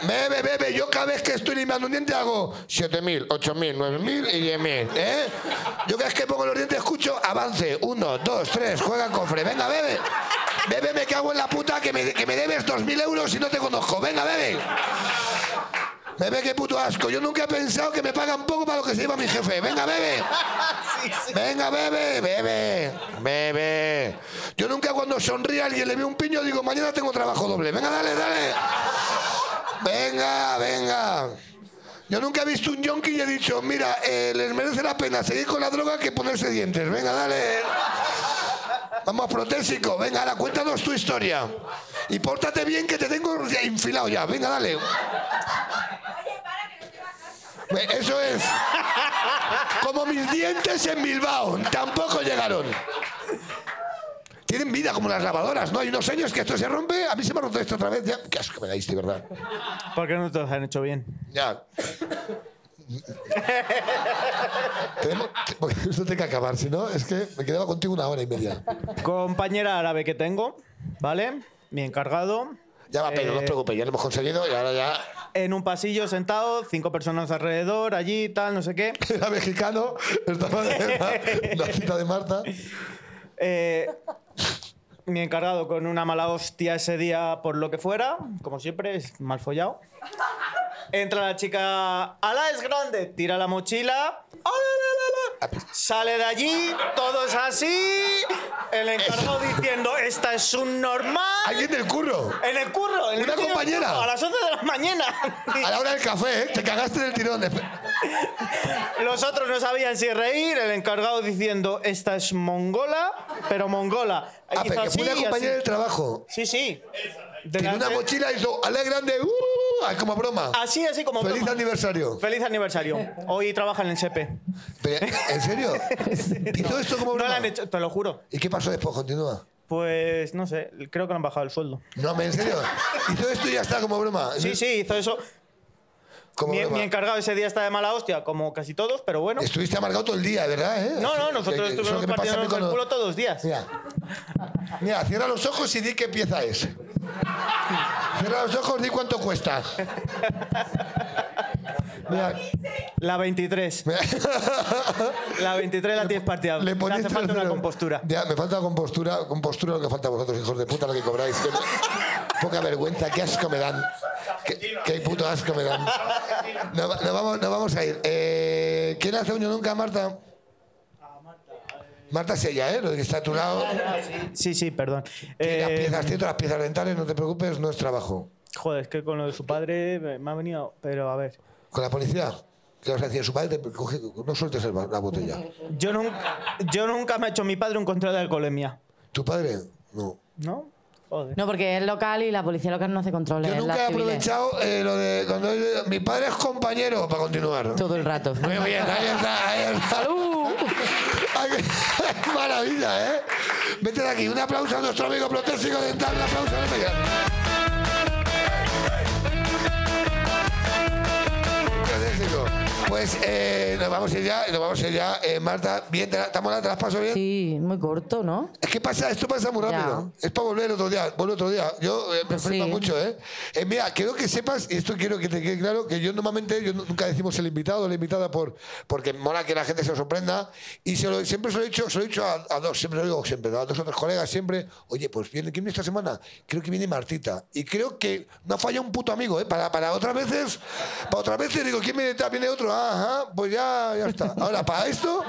[SPEAKER 2] Bebe, bebe, yo cada vez que estoy limpiando un diente hago 7.000, 8.000, 9.000 y 10.000, ¿eh? Yo cada vez que pongo los dientes escucho avance, 1, 2, 3, juega cofre, venga, bebe. Bebe, me cago en la puta que me, que me debes 2.000 euros y no te conozco, venga, bebe. Bebe, qué puto asco, yo nunca he pensado que me pagan poco para lo que se lleva mi jefe, venga, [laughs] bebe. Venga, bebe, bebe, bebe. Yo nunca cuando sonríe a alguien le veo un piño digo, mañana tengo trabajo doble, venga, dale, dale. Venga, venga. Yo nunca he visto un yonki y he dicho, mira, eh, les merece la pena seguir con la droga que ponerse dientes. Venga, dale. Vamos, protésico. Venga, ahora cuéntanos tu historia. Y pórtate bien que te tengo ya infilado ya. Venga, dale. Eh, Eso es. Como mis dientes en Bilbao. Tampoco llegaron. Tienen vida como las lavadoras, ¿no? Hay unos años que esto se rompe. A mí se me ha roto esto otra vez. Ya. Qué asco me dais, de verdad.
[SPEAKER 13] ¿Por qué no te los han hecho bien?
[SPEAKER 2] Ya. Tenemos, te- porque [laughs] esto tiene que acabar, si no, es que me quedaba contigo una hora y media.
[SPEAKER 13] Compañera árabe que tengo, ¿vale? Mi encargado. Eh,
[SPEAKER 2] Ya va, Pedro, no os preocupéis, ya lo hemos conseguido y ahora ya.
[SPEAKER 13] En un pasillo sentado, cinco personas alrededor, allí, tal, no sé qué.
[SPEAKER 2] [laughs] Era mexicano, estaba
[SPEAKER 13] [laughs]
[SPEAKER 2] la cita de Marta.
[SPEAKER 13] Eh, mi encargado con una mala hostia ese día por lo que fuera, como siempre, es mal follado. Entra la chica, ala es grande, tira la mochila, ¡ala, la, la, la! sale de allí, todos así, el encargado diciendo, esta es un normal.
[SPEAKER 2] Alguien del curro.
[SPEAKER 13] En el curro, en el
[SPEAKER 2] Una
[SPEAKER 13] medio del
[SPEAKER 2] compañera.
[SPEAKER 13] curro, A las 11 de la mañana.
[SPEAKER 2] A la hora del café, ¿eh? te cagaste del tirón.
[SPEAKER 13] Los otros no sabían si reír, el encargado diciendo, esta es mongola, pero mongola.
[SPEAKER 2] Ah,
[SPEAKER 13] Hizo
[SPEAKER 2] pero que
[SPEAKER 13] así,
[SPEAKER 2] fue una
[SPEAKER 13] así.
[SPEAKER 2] compañera del trabajo.
[SPEAKER 13] Sí, sí.
[SPEAKER 2] Tiene
[SPEAKER 13] eh,
[SPEAKER 2] una mochila y hizo, ala grande, uh, uh, uh", como broma.
[SPEAKER 13] Ah, Así, así como
[SPEAKER 2] Feliz aniversario.
[SPEAKER 13] Feliz aniversario. Hoy trabaja en el SEPE. [laughs]
[SPEAKER 2] ¿En serio? ¿Hizo esto como
[SPEAKER 13] broma? No lo han hecho, te lo juro.
[SPEAKER 2] ¿Y qué pasó después? Continúa.
[SPEAKER 13] Pues no sé, creo que le han bajado el sueldo.
[SPEAKER 2] No, ¿en serio? ¿Hizo esto y ya está como broma?
[SPEAKER 13] Sí, sí, hizo eso. Mi,
[SPEAKER 2] broma.
[SPEAKER 13] mi encargado ese día está de mala hostia, como casi todos, pero bueno.
[SPEAKER 2] Estuviste amargado todo el día, ¿verdad? eh?
[SPEAKER 13] No, no, nosotros
[SPEAKER 2] Que- que- eso
[SPEAKER 13] estuvimos
[SPEAKER 2] que me pasa a
[SPEAKER 13] partiéndonos
[SPEAKER 2] mí
[SPEAKER 13] el
[SPEAKER 2] cuando-
[SPEAKER 13] culo todos los días.
[SPEAKER 2] Mira, cierra los ojos y di qué pieza es. Cierra los ojos, di cuánto
[SPEAKER 13] [laughs]
[SPEAKER 2] cuesta. Mira,
[SPEAKER 13] La
[SPEAKER 2] [laughs]
[SPEAKER 13] 23. la 23 la tienes partida. Le hace falta una compostura.
[SPEAKER 2] ya, me falta compostura, compostura lo que falta a vosotros, hijos de puta, lo que cobráis. Qué poca vergüenza, qué asco me dan. Qué, qué puto asco me dan. Nos va- nos vamos, nos vamos a ir. Eh, ¿Quién hace uño nunca, Marta? Marta es ella, ¿eh? Lo que está a tu lado.
[SPEAKER 13] Sí, sí, perdón. Eh,
[SPEAKER 2] Que las piezas, tío, las piezas dentales, no te preocupes, no es trabajo.
[SPEAKER 13] Joder, es que con lo de su padre me me ha venido, pero a ver.
[SPEAKER 2] Con la policía, ¿qué vas a decir? Su padre te coge, no sueltes el ba- la botella.
[SPEAKER 13] Yo nunca, yo nunca me ha hecho mi padre un control de alcoholemia.
[SPEAKER 2] ¿Tu padre? No.
[SPEAKER 13] ¿No? Joder.
[SPEAKER 7] No, porque es local y la policía local no hace controles.
[SPEAKER 2] Yo
[SPEAKER 7] es la
[SPEAKER 2] nunca he
[SPEAKER 7] civil.
[SPEAKER 2] aprovechado eh, lo de cuando he- mi padre es compañero para continuar.
[SPEAKER 7] Todo el rato. Uh.
[SPEAKER 2] Muy bien, ahí está, ahí está.
[SPEAKER 7] [laughs]
[SPEAKER 2] Ay, qué Maravilla, ¿eh? Vete de aquí, un aplauso a nuestro amigo protésico dental, un aplauso. vete ya. Protésico. Pues eh, nos vamos a ir ya, nos vamos a ir ya. Eh, Marta, bien, ¿te la, ¿te mola? ¿Te la has pasado bien?
[SPEAKER 7] Sí, muy corto, ¿no?
[SPEAKER 2] Es que pasa, esto pasa muy rápido. Es para volver otro día, vuelve otro día. Yo eh, me flipa mucho, ¿eh? Eh, Mira, quiero que sepas, y esto quiero que te quede claro, que yo normalmente, yo nu- nunca decimos el invitado o la invitada por, porque mola que la gente se sorprenda. Y se lo- siempre se lo he dicho, se lo he dicho a, a dos, siempre lo digo siempre, a dos o tres colegas siempre, oye, pues viene, ¿quién viene esta semana? Creo que viene Martita. Y creo que no falla un puto amigo, ¿eh? Para, para otras veces, para otras veces digo, ¿quién viene tal? Viene otro, Ah, ajá, pues ya, ya está. Ahora, para esto,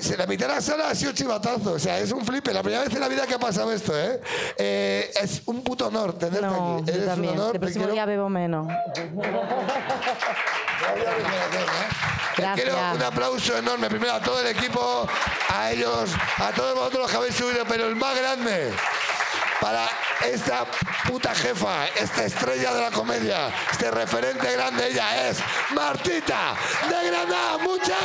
[SPEAKER 2] se la mitad de la sala ha sido chivatazo. O sea, es un flipe. La primera vez en la vida que ha pasado esto, ¿eh? Eh, es un puto honor tenerte
[SPEAKER 7] No,
[SPEAKER 2] aquí.
[SPEAKER 7] yo
[SPEAKER 2] Eres
[SPEAKER 7] también.
[SPEAKER 2] un honor.
[SPEAKER 7] El
[SPEAKER 2] Te
[SPEAKER 7] próximo
[SPEAKER 2] quiero.
[SPEAKER 7] día bebo menos.
[SPEAKER 2] Te
[SPEAKER 7] Gracias.
[SPEAKER 2] quiero un aplauso enorme. Primero a todo el equipo, a ellos, a todos vosotros los que habéis subido, pero el más grande. Para esta puta jefa, esta estrella de la comedia, este referente grande, ella es Martita de Granada. ¡Muchas